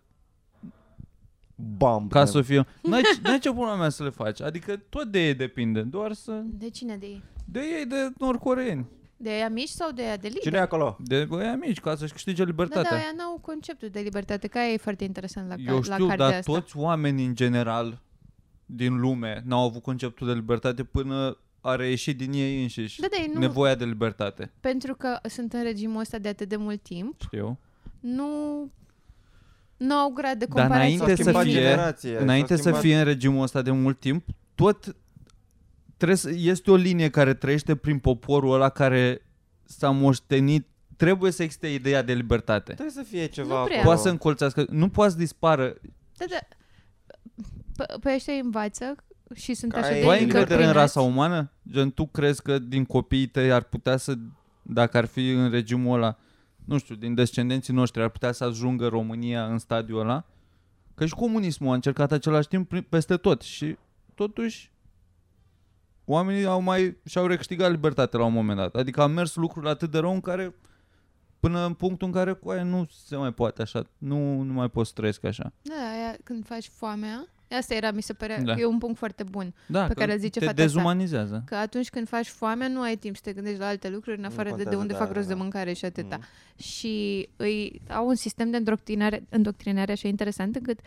Speaker 2: Bam!
Speaker 1: Ca să fie... N-ai, n-ai ce pula mea să le faci. Adică tot de ei depinde. Doar să...
Speaker 3: De cine de ei?
Speaker 1: De ei, de norcoreeni.
Speaker 3: De aia mici sau de aia de lider?
Speaker 2: Cine e acolo?
Speaker 1: De băia mici, ca să-și câștige
Speaker 3: Da, da,
Speaker 1: libertatea.
Speaker 3: aia n-au conceptul de libertate, că aia e foarte interesant la, ca-
Speaker 1: Eu
Speaker 3: la
Speaker 1: știu,
Speaker 3: cartea
Speaker 1: dar
Speaker 3: asta.
Speaker 1: toți oamenii în general din lume n-au avut conceptul de libertate până a reieșit din ei înșiși
Speaker 3: Da, da, ei nu,
Speaker 1: nevoia de libertate.
Speaker 3: pentru că sunt în regimul ăsta de atât de mult timp,
Speaker 1: Știu.
Speaker 3: nu, nu au grad de
Speaker 1: Dar
Speaker 3: comparație.
Speaker 1: înainte să
Speaker 2: S-a
Speaker 3: cu
Speaker 2: schimbat
Speaker 1: fie-
Speaker 3: nimic.
Speaker 2: generația,
Speaker 1: Înainte
Speaker 2: s-a
Speaker 1: să
Speaker 2: schimbat-
Speaker 1: fie în regimul ăsta de mult timp, tot trebuie să, este o linie care trăiește prin poporul ăla care s-a moștenit trebuie să existe ideea de libertate.
Speaker 3: Da.
Speaker 2: Trebuie să fie ceva
Speaker 3: prea.
Speaker 2: acolo.
Speaker 1: Poate să încolțească, nu poate să dispară.
Speaker 3: Da, da. P- Păi ăștia îi învață și sunt
Speaker 2: Ca
Speaker 3: așa
Speaker 2: ai
Speaker 1: Tu ai
Speaker 3: de
Speaker 2: încredere
Speaker 1: încredere în rasa
Speaker 3: încălpinați.
Speaker 1: umană? Gen, tu crezi că din copiii tăi ar putea să, dacă ar fi în regimul ăla, nu știu, din descendenții noștri, ar putea să ajungă România în stadiul ăla? Că și comunismul a încercat același timp prin- peste tot și totuși oamenii au mai, și-au recâștigat libertatea la un moment dat. Adică a mers lucrul atât de rău în care până în punctul în care cu aia nu se mai poate așa, nu, nu mai poți să trăiesc așa.
Speaker 3: Da, aia, când faci foamea, asta era, mi se părea,
Speaker 1: Da.
Speaker 3: da. e un punct foarte bun.
Speaker 1: Da,
Speaker 3: Pe
Speaker 1: că
Speaker 3: care îl zice
Speaker 1: te
Speaker 3: fata asta.
Speaker 1: dezumanizează.
Speaker 3: Că atunci când faci foamea, nu ai timp să te gândești la alte lucruri, în
Speaker 2: Nu
Speaker 3: afară de de
Speaker 2: contează,
Speaker 3: unde
Speaker 2: da,
Speaker 3: fac
Speaker 2: da,
Speaker 3: rost de
Speaker 2: da.
Speaker 3: mâncare și atâta.
Speaker 2: Mm.
Speaker 3: și îi au un sistem de îndoctrinare, îndoctrinare așa interesant încât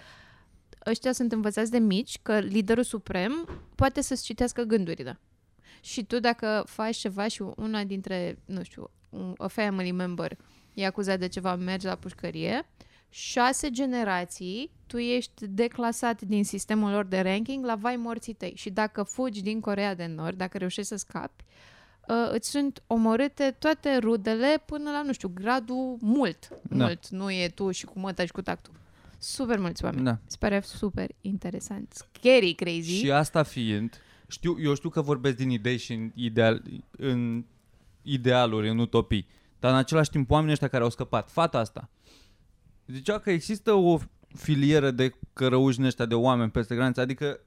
Speaker 3: ăștia sunt învățați de mici că liderul suprem poate să-ți citească gândurile. Și tu dacă faci ceva și una dintre, nu știu, un- a family member e acuzat de ceva, mergi la pușcărie, șase generații tu ești declasat din sistemul lor de ranking la vai morții tăi. Și dacă fugi din Corea de Nord, dacă reușești să scapi, uh, îți sunt omorâte toate rudele până la, nu știu, gradul mult.
Speaker 1: Da.
Speaker 3: Da. Mult. Nu e tu și cu măta și cu tactul. Super mulți oameni.
Speaker 1: Da.
Speaker 3: Se pare super interesant. Scary crazy.
Speaker 1: Și asta fiind, știu, eu știu că vorbesc din idei și în, ideal, în idealuri, în utopii, dar în același timp oamenii ăștia care au scăpat, fata asta, zicea că există o filieră de cărăuși din ăștia de oameni peste graniță, adică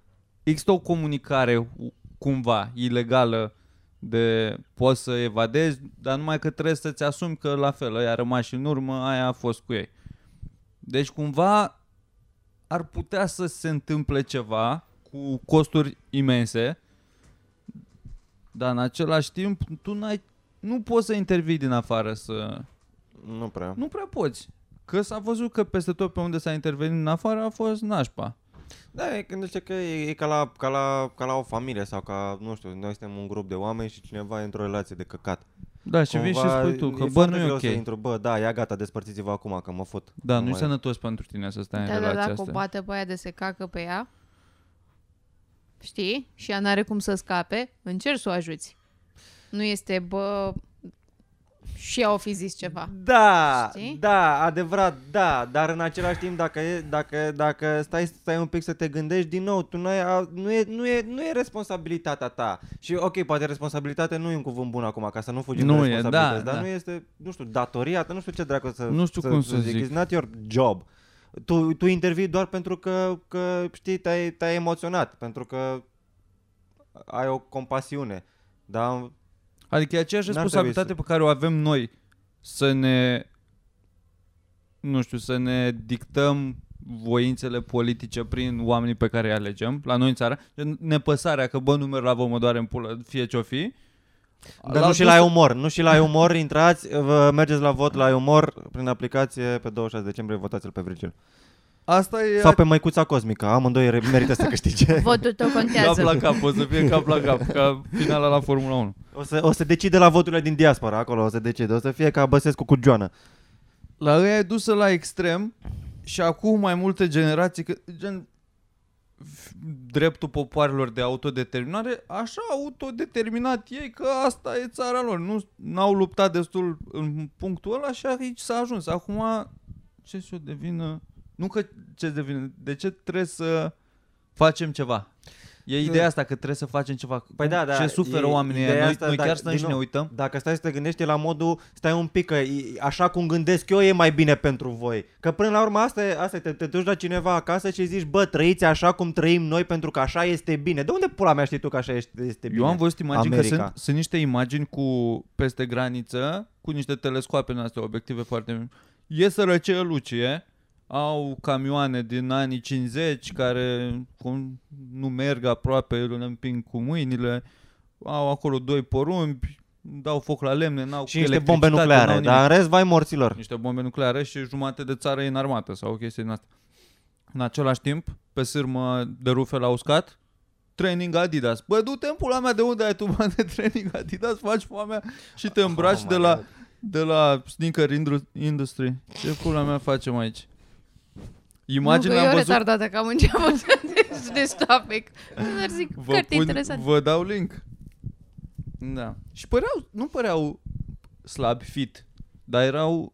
Speaker 1: există o comunicare u- cumva ilegală de poți să evadezi, dar numai că trebuie să-ți asumi că la fel, ăia a rămas și în urmă, aia a fost cu ei. Deci cumva ar putea să se întâmple ceva cu costuri imense, dar în același timp tu n-ai, nu poți să intervii din afară să...
Speaker 2: Nu prea.
Speaker 1: Nu prea poți. Că s-a văzut că peste tot pe unde s-a intervenit în afară a fost nașpa.
Speaker 2: Da, e gândește că e, e ca, la, ca, la, ca la o familie sau ca, nu știu, noi suntem un grup de oameni și cineva e într-o relație de căcat.
Speaker 1: Da, și vii și
Speaker 2: Cumva
Speaker 1: spui tu că
Speaker 2: e
Speaker 1: bă,
Speaker 2: foarte
Speaker 1: nu e
Speaker 2: greu
Speaker 1: ok.
Speaker 2: Să intru, bă, da, ia gata, despărțiți-vă acum că mă fut.
Speaker 1: Da, nu-i
Speaker 2: mai-
Speaker 1: sănătos pentru tine să stai în
Speaker 3: Da, da,
Speaker 1: relația
Speaker 3: da, că o
Speaker 1: asta.
Speaker 3: bată pe aia de se cacă pe ea. Știi? Și ea n-are cum să scape. Încerci să o ajuți. Nu este, bă... Și ea o fi zis ceva.
Speaker 2: Da,
Speaker 3: Știi?
Speaker 2: da, adevărat, da, dar în același timp dacă, e, dacă, dacă stai, stai un pic să te gândești din nou, tu n-ai, a- nu, e, nu, e, nu e responsabilitatea ta. Și ok, poate responsabilitate nu e un cuvânt bun acum, ca să nu fugim
Speaker 1: Nu
Speaker 2: de
Speaker 1: e,
Speaker 2: responsabilități,
Speaker 1: da,
Speaker 2: dar
Speaker 1: da.
Speaker 2: nu este, nu știu, datoria ta, nu știu ce dracu să
Speaker 1: Nu știu
Speaker 2: să,
Speaker 1: cum
Speaker 2: să
Speaker 1: să zic.
Speaker 2: It's not your job. Tu, tu intervii doar pentru că, că știi, te-ai, te-ai emoționat, pentru că ai o compasiune. da? Dar
Speaker 1: Adică e aceeași
Speaker 2: N-ar
Speaker 1: responsabilitate pe care o avem noi să ne nu știu, să ne dictăm voințele politice prin oamenii pe care îi alegem la noi în țară. Gen, Nepăsarea că bă, numărul la vă mă doare în pulă, fie ce-o fi.
Speaker 2: Dar nu și la umor, nu și la umor, intrați, vă mergeți la vot la umor prin aplicație pe 26 decembrie, votați-l pe Virgil.
Speaker 1: Asta e
Speaker 2: Sau pe Măicuța Cosmică, amândoi re- merită să câștige.
Speaker 3: Votul tău
Speaker 1: cap
Speaker 3: contează.
Speaker 1: la cap, o să fie cap la cap, ca finala la Formula 1.
Speaker 2: O să, o să decide la voturile din diaspora, acolo o să decide, o să fie ca Băsescu cu Joana.
Speaker 1: La ea e dusă la extrem și acum mai multe generații, că, gen f- dreptul popoarelor de autodeterminare, așa au autodeterminat ei că asta e țara lor. Nu n-au luptat destul în punctul ăla și aici s-a ajuns. Acum ce să devină? Nu că ce să devină, de ce trebuie să facem ceva? E ideea asta că trebuie să facem ceva.
Speaker 2: Păi da, da,
Speaker 1: Ce suferă
Speaker 2: e
Speaker 1: oamenii
Speaker 2: ideea
Speaker 1: ăia? Noi,
Speaker 2: asta,
Speaker 1: noi
Speaker 2: dar,
Speaker 1: chiar stăm
Speaker 2: din
Speaker 1: și
Speaker 2: nou,
Speaker 1: ne uităm?
Speaker 2: Dacă stai să te gândești e la modul, stai un pic, că e- așa cum gândesc eu e mai bine pentru voi. Că până la urmă asta e, asta e te, te duci la cineva acasă și zici, bă, trăiți așa cum trăim noi pentru că așa este bine. De unde pula mea știi tu că așa este, este bine?
Speaker 1: Eu am văzut imagini
Speaker 2: America.
Speaker 1: că sunt, sunt niște imagini cu peste graniță, cu niște telescoape în astea, obiective foarte mici. Ieseră celucie, au camioane din anii 50 care cum, nu merg aproape, îl împing cu mâinile, au acolo doi porumbi, dau foc la lemne, n-au
Speaker 2: Și niște bombe
Speaker 1: electricitate, n-au
Speaker 2: nucleare, da?
Speaker 1: nimic.
Speaker 2: dar în rest vai morților.
Speaker 1: Niște bombe nucleare și jumate de țară e în armată sau o chestie din asta. În același timp, pe sârmă de rufe la uscat, training Adidas. Bă, du-te în pula mea de unde ai tu bani de training Adidas, faci foamea și te îmbraci
Speaker 2: Oh
Speaker 1: oh
Speaker 2: my
Speaker 1: de, la,
Speaker 2: God.
Speaker 1: de la sneaker indru- industry. Ce pula mea facem aici? Imagine
Speaker 3: nu, că
Speaker 1: am
Speaker 3: eu
Speaker 1: văzut...
Speaker 3: retardată că am început de topic. Dar zic,
Speaker 1: Vă,
Speaker 3: cărți
Speaker 1: pun,
Speaker 3: interesante.
Speaker 1: vă dau link. Da. Și păreau, nu păreau slab fit, dar erau,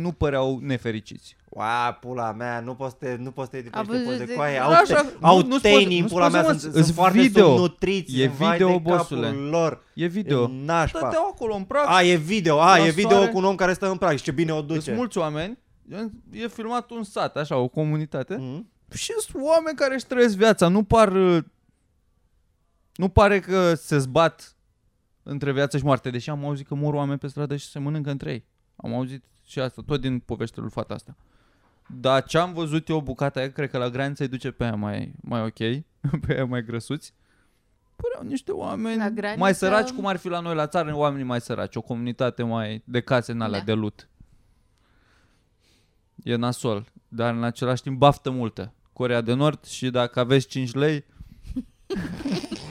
Speaker 1: nu păreau nefericiți.
Speaker 2: Ua, pula mea, nu poți să te, nu poți să te editezi
Speaker 3: A văzut
Speaker 2: poze
Speaker 3: de-
Speaker 2: cu aia.
Speaker 1: Nu,
Speaker 2: Au,
Speaker 1: așa,
Speaker 2: te, au
Speaker 1: nu- nu-ți
Speaker 2: teinii
Speaker 1: poze-
Speaker 2: în
Speaker 1: nu-ți
Speaker 2: pula mea,
Speaker 1: poze,
Speaker 2: sunt,
Speaker 1: mă,
Speaker 2: sunt,
Speaker 1: îți
Speaker 2: foarte
Speaker 1: video.
Speaker 2: subnutriți.
Speaker 1: E
Speaker 2: sunt vai
Speaker 1: video,
Speaker 2: de capul
Speaker 1: bossule.
Speaker 2: lor.
Speaker 1: E
Speaker 2: E
Speaker 1: video.
Speaker 2: nașpa.
Speaker 1: Dă-te acolo în praf.
Speaker 2: A, e video, a,
Speaker 1: La
Speaker 2: e video
Speaker 1: soare.
Speaker 2: cu un om care stă în prag și ce bine o duce.
Speaker 1: Sunt mulți oameni, e filmat un sat, așa, o comunitate,
Speaker 2: Mhm.
Speaker 1: și sunt oameni care își trăiesc viața, nu par uh, nu pare că se zbat între viață și moarte, deși am auzit că mor oameni pe stradă și se mănâncă între ei. Am auzit și asta, tot din povestea lui fata asta. Dar ce am văzut eu bucata aia, cred că la graniță îi duce pe aia mai, mai ok, pe aia mai grăsuți. Păreau niște oameni
Speaker 3: La graniță-
Speaker 1: mai săraci, cum ar fi la noi la țară, oamenii mai săraci, o comunitate mai de case în alea
Speaker 3: Da.
Speaker 1: de lut. E nasol, dar în același timp baftă multă. Corea de Nord și dacă aveți 5 lei,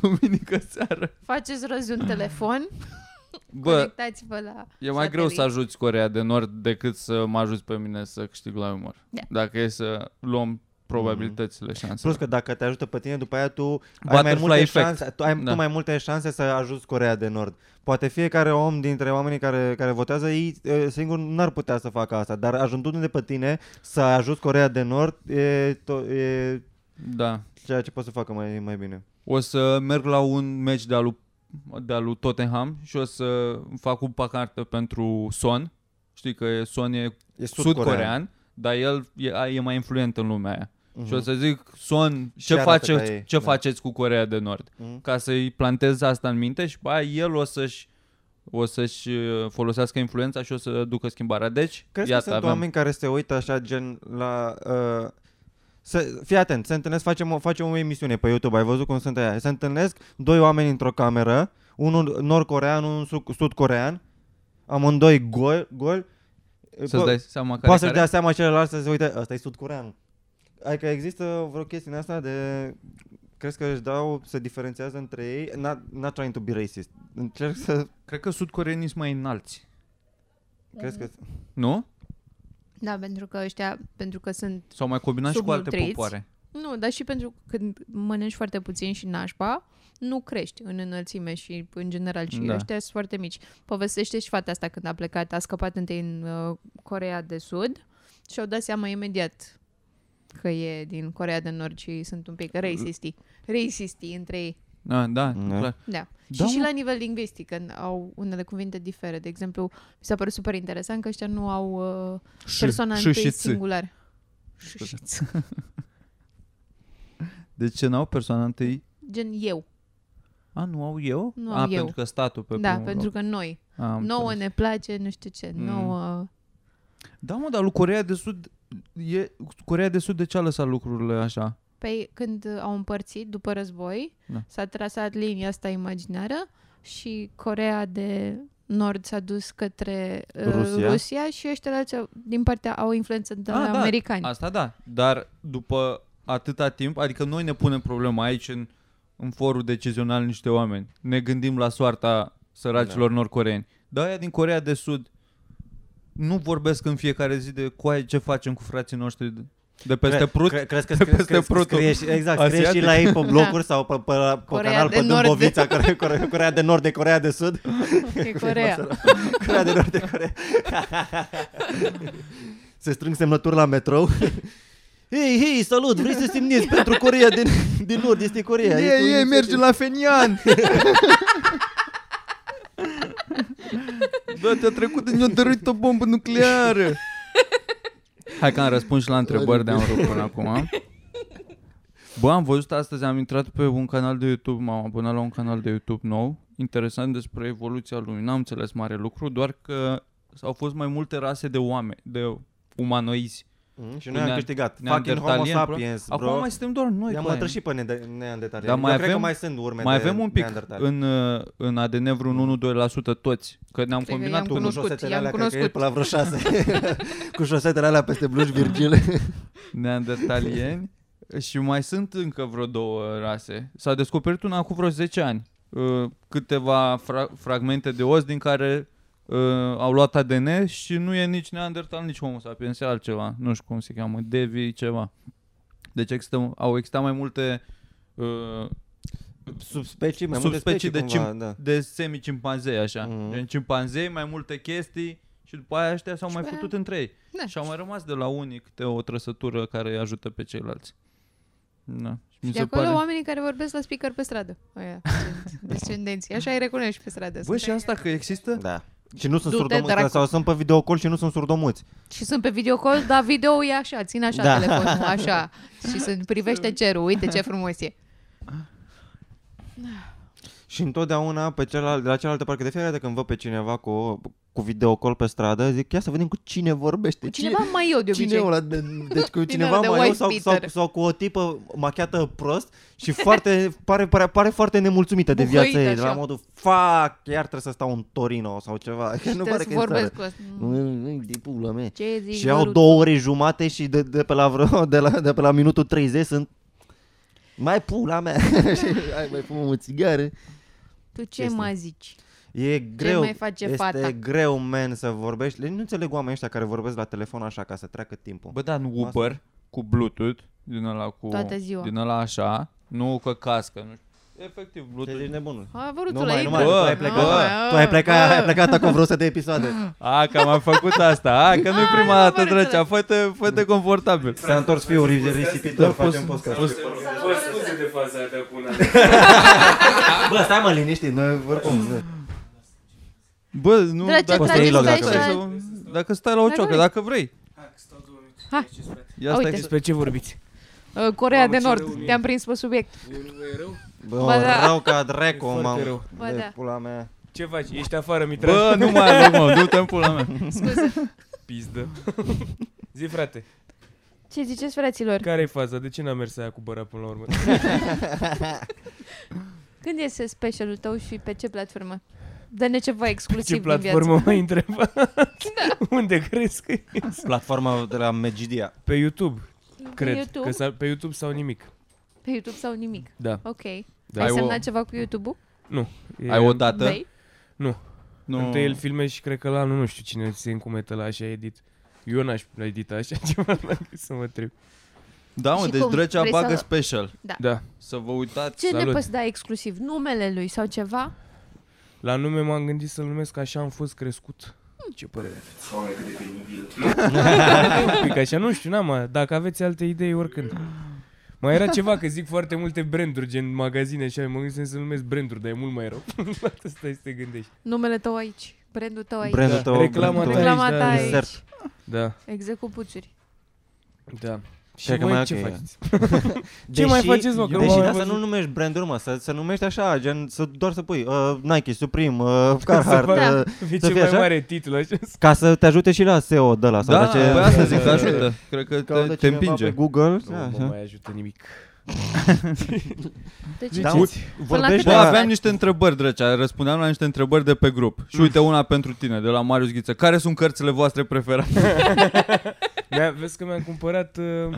Speaker 1: duminică seară.
Speaker 3: Faceți rost de un telefon,
Speaker 1: Bă,
Speaker 3: conectați-vă la
Speaker 1: e mai greu să
Speaker 3: satelit.
Speaker 1: ajuți Corea de Nord decât să mă ajuți pe mine să câștig la umor.
Speaker 3: Da.
Speaker 1: Dacă e să luăm probabilitățile, șansele.
Speaker 2: Plus că dacă te ajută pe tine, după aia tu ai mai
Speaker 1: Butterfly
Speaker 2: multe
Speaker 1: effect.
Speaker 2: șanse, tu ai
Speaker 1: Da.
Speaker 2: tu mai multe șanse să ajuți Corea de Nord. Poate fiecare om dintre oamenii care, care votează, ei e, singur n-ar putea să facă asta, dar ajutându-ne pe tine să ajuți Corea de Nord e, to- e
Speaker 1: Da.
Speaker 2: ceea ce poți să facă mai, mai bine.
Speaker 1: O să merg la un meci de-a lui, de-a lui Tottenham și o să fac un pacartă pentru Son. Știi că Son e
Speaker 2: E
Speaker 1: sud-corean, dar el e, a- e mai influent în lumea aia. Uh-huh. Și o
Speaker 2: Mhm.
Speaker 1: să zic, Son, ce,
Speaker 2: Și arată
Speaker 1: faceți,
Speaker 2: ca ei,
Speaker 1: ce
Speaker 2: da.
Speaker 1: faceți cu Corea de Nord?
Speaker 2: Mhm.
Speaker 1: Ca să-i plantez asta în minte și pe aia el o să-și o să-și uh, folosească influența și o să ducă schimbarea. Deci,
Speaker 2: Crezi
Speaker 1: iată,
Speaker 2: că sunt
Speaker 1: avem...
Speaker 2: oameni care se uită așa gen la... Uh, să, fii atent, se întâlnesc, facem, o- facem o emisiune pe YouTube, ai văzut cum sunt aia. Se întâlnesc doi oameni într-o cameră, unul nord-corean, unul su- sud-corean, amândoi gol, gol.
Speaker 1: Să-ți dai seama care,
Speaker 2: Poate să-și
Speaker 1: care...
Speaker 2: dea seama celălalt să se uite, ăsta e sud-corean. Adică există vreo chestie în asta de... Crezi că își dau, se diferențiază între ei? Not, not trying to be racist. Încerc să...
Speaker 1: Cred că sud-coreenii sunt mai înalți,
Speaker 2: Crezi că...
Speaker 1: nu?
Speaker 3: Da, pentru că ăștia, pentru că sunt
Speaker 1: Sau mai combinați și cu alte
Speaker 3: Subnutriți.
Speaker 1: popoare.
Speaker 3: Nu, dar și pentru că când mănânci foarte puțin și nașpa, nu crești în înălțime și în general și
Speaker 1: Da.
Speaker 3: da. ăștia sunt foarte mici. Povestește și fata asta când a plecat, a scăpat întâi în uh, Corea de Sud și au dat seama imediat că e din Corea de Nord și sunt un pic racisti. Racisti între ei.
Speaker 1: Da, da,
Speaker 2: Da.
Speaker 1: clar.
Speaker 3: Da.
Speaker 1: Da,
Speaker 3: da. Și și
Speaker 1: mă.
Speaker 3: la nivel lingvistic, când au unele cuvinte difere. De exemplu, mi s-a părut super interesant că ăștia nu au uh, persoana
Speaker 1: și,
Speaker 3: întâi
Speaker 1: și, ți.
Speaker 3: singular.
Speaker 1: Scuze.
Speaker 3: Șușiț.
Speaker 1: De Deci, ce n-au persoana întâi?
Speaker 3: Gen eu.
Speaker 1: A, nu au eu?
Speaker 3: Nu
Speaker 1: A,
Speaker 3: au eu.
Speaker 1: pentru că statul pe
Speaker 3: da,
Speaker 1: primul
Speaker 3: pentru
Speaker 1: loc.
Speaker 3: că noi.
Speaker 1: că A, am
Speaker 3: nouă
Speaker 1: înțeles.
Speaker 3: ne place, nu știu ce,
Speaker 1: Mm.
Speaker 3: nouă...
Speaker 1: Da, mă, dar lui Corea de Sud e, Corea de Sud de ce a lăsat lucrurile așa?
Speaker 3: Păi când uh, au împărțit după război,
Speaker 1: Da.
Speaker 3: s-a trasat linia asta imaginară și Corea de Nord s-a dus către uh,
Speaker 2: Rusia.
Speaker 3: Rusia și ăștia de alții au- din partea au influență de
Speaker 1: Ah,
Speaker 3: la
Speaker 1: da.
Speaker 3: americani.
Speaker 1: Asta da, dar după atâta timp, adică noi ne punem problema aici în, în forul decizional niște oameni. Ne gândim la soarta săracilor da. nordcoreeni. Dar aia din Corea de Sud nu vorbesc în fiecare zi de coaie ce facem cu frații noștri de- de peste
Speaker 2: Cre-
Speaker 1: Prut.
Speaker 2: Cre- crezi că
Speaker 1: De
Speaker 2: scrie,
Speaker 1: peste
Speaker 2: peste
Speaker 1: Prutul.
Speaker 2: scrie și, exact, scrie și
Speaker 1: Asiatic.
Speaker 2: la ei pe blocuri sau pe, pe, pe
Speaker 3: Corea
Speaker 2: canal
Speaker 3: de
Speaker 2: pe
Speaker 3: Nord.
Speaker 2: Dâmbovița, Core- Core- Corea de Nord, de Corea de Sud.
Speaker 3: E Corea.
Speaker 2: Corea de Nord, de Corea. Se strâng semnături la metrou. Hei, hei, salut, vrei să semnezi pentru Corea din, din Nord, este Corea. este o
Speaker 1: Ei, ei,
Speaker 2: inițiativă.
Speaker 1: mergem la Fenian! Bă, Da, te-a trecut în o dăruit o bombă nucleară! Hai că am răspuns și la întrebări de-am rupt până acum. Bă, am văzut astăzi, am intrat pe un canal de YouTube, m-am abonat la un canal de YouTube nou, interesant despre evoluția lumii. N-am înțeles mare lucru, doar că au fost mai multe rase de oameni, de umanoizi.
Speaker 2: Mm, Și noi am
Speaker 1: Ne-am-
Speaker 2: câștigat.
Speaker 1: ne-am
Speaker 2: Fucking Homo
Speaker 1: dertalien, bro.
Speaker 2: sapiens, bro.
Speaker 1: Acum mai suntem doar noi.
Speaker 2: I-am
Speaker 1: coaie.
Speaker 2: atras și pe neandertalii. neandertaleni.
Speaker 1: Dar mai
Speaker 2: Eu cred că
Speaker 1: avem-
Speaker 2: mai sunt urme
Speaker 1: Mai
Speaker 2: de
Speaker 1: avem un pic
Speaker 2: neandertali.
Speaker 1: în, uh, în ADN vreun 1-2% toți, că ne-am
Speaker 3: Cred că
Speaker 1: combinat
Speaker 3: i-am
Speaker 1: cu...
Speaker 2: cu
Speaker 3: cunoscut,
Speaker 2: șosetele
Speaker 3: i-am
Speaker 2: alea, cred că e
Speaker 3: cunoscut.
Speaker 2: pe la vreo șase. cu șosetele alea peste bluși, Virgil.
Speaker 1: neandertalieni și mai sunt încă vreo două rase. S-a descoperit una acum vreo 10 ani. Uh, Câteva fra- fragmente de os din care uh, au luat ADN și nu e nici neandertal, nici homo sapiens, e altceva. Nu știu cum se cheamă, Devi ceva. Deci există, au existat mai multe uh,
Speaker 2: subspecii, mai multe
Speaker 1: subspecii de,
Speaker 2: cumva,
Speaker 1: cim-
Speaker 2: da.
Speaker 1: de semi-cimpanzei, așa.
Speaker 2: Mhm.
Speaker 1: Gen cimpanzei, mai multe chestii și după aia ăștia s-au
Speaker 3: Și
Speaker 1: mai
Speaker 3: pe aia-
Speaker 1: putut între ei.
Speaker 3: Da.
Speaker 1: Și au mai rămas de la unii câte o trăsătură care îi ajută pe ceilalți. Da. Și mi
Speaker 3: De
Speaker 1: se
Speaker 3: acolo
Speaker 1: pare...
Speaker 3: oamenii care vorbesc la speaker pe stradă. Aia, descendenții. Așa îi recunoști pe stradă.
Speaker 1: Bă,
Speaker 3: Sunt
Speaker 1: și asta că există?
Speaker 2: da. Și nu sunt
Speaker 3: Du-te,
Speaker 2: surdomuți,
Speaker 3: dracu.
Speaker 2: sau sunt pe videocall și nu sunt surdomuți.
Speaker 3: Și sunt pe videocall, dar video e așa, țin așa
Speaker 2: Da.
Speaker 3: da. telefonul, așa. Și sunt, privește cerul, uite ce frumos e.
Speaker 2: Și întotdeauna pe celălalt, de la cealaltă parcă de fiecare dată când văd pe cineva cu, cu videocall pe stradă, zic, ia să vedem cu cine vorbește.
Speaker 3: Cu cineva mai eu de
Speaker 4: Cine,
Speaker 3: obicei.
Speaker 4: cine ăla de, deci cu
Speaker 2: Cine-
Speaker 4: cine
Speaker 2: cineva
Speaker 3: de
Speaker 2: mai eu
Speaker 3: white
Speaker 2: sau, sau,
Speaker 3: beater.
Speaker 2: sau, cu o tipă machiată prost și foarte, pare, pare, pare foarte nemulțumită de
Speaker 3: Buhăită
Speaker 2: viața ei, de la
Speaker 3: așa.
Speaker 2: modul, fac, iar trebuie să stau în Torino sau ceva, că nu
Speaker 3: Trebuie
Speaker 2: pare
Speaker 3: să
Speaker 2: că e în țară.
Speaker 3: vorbesc cu ăsta. Mm,
Speaker 4: Nu, de pula mea.
Speaker 3: Ce zici,
Speaker 2: Și au
Speaker 3: Văruț?
Speaker 2: două ore jumate și de, de, pe la vreo, de, la, de pe la minutul 30 sunt mai pula mea.
Speaker 4: Și Hai mai fumăm o țigară.
Speaker 3: Tu ce
Speaker 2: chestii.
Speaker 3: mai zici?
Speaker 2: E greu.
Speaker 3: mai face
Speaker 2: este
Speaker 3: fata?
Speaker 2: greu, man, să vorbești. Deci Nu înțeleg oamenii ăștia care vorbesc la telefon așa ca să treacă timpul.
Speaker 1: Bă, da, în Uber, cu Bluetooth, din ăla cu...
Speaker 3: Toată ziua.
Speaker 1: Din ăla așa, nu că cască, nu știu. Efectiv,
Speaker 2: ce
Speaker 1: Bluetooth.
Speaker 2: zici nebunul?
Speaker 3: A, văruțul
Speaker 2: Nu
Speaker 3: ăla
Speaker 2: mai,
Speaker 3: e
Speaker 2: nu mai,
Speaker 3: bun.
Speaker 2: tu
Speaker 1: bă,
Speaker 2: ai
Speaker 1: plecat.
Speaker 2: plecat.
Speaker 3: bă,
Speaker 2: Tu ai plecat,
Speaker 3: bă.
Speaker 2: ai plecat acum vreo 100 de episoade.
Speaker 1: A, că am făcut asta. A, că nu-i prima
Speaker 3: Ai,
Speaker 1: dată,
Speaker 3: am
Speaker 1: drăcea.
Speaker 3: înțeles.
Speaker 1: Fă-te, fă-te confortabil.
Speaker 2: S-a întors fiul risipitor,
Speaker 1: Da,
Speaker 2: facem
Speaker 1: pus-
Speaker 2: podcast.
Speaker 1: pus-
Speaker 5: Vă scuze de faza aia de acum da. un an.
Speaker 2: Bă, stai mă liniștit, noi vorbim.
Speaker 1: Bă, nu,
Speaker 3: Drăcea,
Speaker 1: dacă,
Speaker 2: drăcea,
Speaker 1: dacă,
Speaker 2: stai
Speaker 1: stai
Speaker 3: să-
Speaker 1: să- dacă stai la o
Speaker 3: Dacă
Speaker 1: ciocă,
Speaker 3: vrei.
Speaker 1: dacă vrei.
Speaker 3: Hai.
Speaker 1: Ia stai
Speaker 3: Uite.
Speaker 1: că-
Speaker 5: Despre ce vorbiți?
Speaker 3: Uh, Corea
Speaker 5: Mamă,
Speaker 3: de
Speaker 5: ce rău
Speaker 3: Nord,
Speaker 5: e.
Speaker 3: te-am prins pe subiect.
Speaker 5: E, nu Păi, e rău?
Speaker 2: Bă,
Speaker 3: Ba da.
Speaker 2: rău ca
Speaker 5: E
Speaker 2: dracu,
Speaker 5: foarte
Speaker 2: mamă.
Speaker 5: rău.
Speaker 3: Ba
Speaker 2: De
Speaker 3: da.
Speaker 2: Pula mea.
Speaker 5: Ce faci? Ești afară, Mitraj?
Speaker 1: Bă, nu mai am mă, du-te în pula mea.
Speaker 3: Scuze.
Speaker 5: Pizdă. Zi, frate,
Speaker 3: Ce ziceți, fraților?
Speaker 5: care e faza? De ce n-a mers aia cu băra până la urmă?
Speaker 3: Când este specialul tău și pe ce platformă? Dă-ne ceva exclusiv
Speaker 5: Ce
Speaker 3: din viață.
Speaker 5: platformă mai întreba?
Speaker 3: Da.
Speaker 5: Unde crezi că e?
Speaker 2: Platforma de la Megidia.
Speaker 5: Pe YouTube,
Speaker 3: Pe
Speaker 5: cred.
Speaker 3: YouTube?
Speaker 5: Că s-a, pe YouTube sau nimic.
Speaker 3: Pe YouTube sau nimic.
Speaker 5: Da.
Speaker 3: Ok.
Speaker 5: Da.
Speaker 3: Ai
Speaker 1: Ai o-
Speaker 3: semnat ceva cu YouTube-ul?
Speaker 5: E,
Speaker 1: Ai o dată?
Speaker 3: Vei?
Speaker 1: Nu.
Speaker 5: Întâi el filme și cred că la anul nu știu cine se încumetă la așa edit. Eu n-aș edita așa ceva, dacă să mă întreb.
Speaker 1: Da, mă,
Speaker 3: Și
Speaker 1: deci
Speaker 3: cum?
Speaker 1: Drăcea
Speaker 3: Vrei
Speaker 1: bagă
Speaker 3: să-
Speaker 1: special.
Speaker 5: Da.
Speaker 1: Să vă uitați.
Speaker 3: Ce ne
Speaker 5: Salut.
Speaker 3: poți da exclusiv? Numele lui sau ceva?
Speaker 5: La nume m-am gândit să-l numesc așa am fost crescut.
Speaker 3: Hmm.
Speaker 5: Ce părere aveți? Un pic așa, nu știu, n-am, a- dacă aveți alte idei oricând. Mai era ceva, că zic foarte multe branduri, gen magazine și așa, mă gândesc să numesc branduri, dar e mult mai rău. Stai să te gândești.
Speaker 3: Numele tău aici. Brandul tău aici.
Speaker 2: Brandul
Speaker 5: Da.
Speaker 2: tău.
Speaker 5: Reclama
Speaker 2: brandul
Speaker 5: ta.
Speaker 2: tău.
Speaker 3: Reclama
Speaker 5: aici,
Speaker 3: ta
Speaker 5: da.
Speaker 3: aici.
Speaker 2: Insert.
Speaker 5: Da,
Speaker 3: Exact cu puțuri.
Speaker 5: da. Și
Speaker 2: Cred că
Speaker 5: voi
Speaker 2: mai
Speaker 5: ce
Speaker 2: ok e.
Speaker 5: faceți? Ce mai faceți, mă, că nu
Speaker 2: Deși
Speaker 5: m-am
Speaker 2: de
Speaker 5: mai
Speaker 2: asta
Speaker 5: văzut?
Speaker 2: nu numești branduri, mă, să, să numești așa, gen, să, doar să pui uh, Nike, Supreme, uh,
Speaker 5: Să
Speaker 2: Carhartt,
Speaker 5: fac-
Speaker 2: uh,
Speaker 5: E
Speaker 2: Să
Speaker 5: cel
Speaker 2: fie
Speaker 5: mai
Speaker 2: așa?
Speaker 5: mare titlu așa.
Speaker 2: ca să te ajute și la SEO de la sau
Speaker 1: Da,
Speaker 2: la ce...
Speaker 1: pe asta zic,
Speaker 2: ce-
Speaker 1: te ajută. Cred că
Speaker 2: caută
Speaker 1: te, te
Speaker 2: cineva
Speaker 1: împinge.
Speaker 2: Pe Google.
Speaker 5: Nu
Speaker 2: Da,
Speaker 5: mă
Speaker 2: așa.
Speaker 5: mai ajută nimic.
Speaker 3: De ce?
Speaker 2: Da,
Speaker 3: ce-
Speaker 2: uite, vorbești
Speaker 3: câte
Speaker 1: Bă,
Speaker 3: Da.
Speaker 1: aveam niște întrebări, Drăcea, răspundeam la niște întrebări de pe grup. Și uite una pentru tine, de la Marius Ghiță. Care sunt cărțile voastre preferate?
Speaker 5: Mi-a, vezi că mi-am cumpărat uh,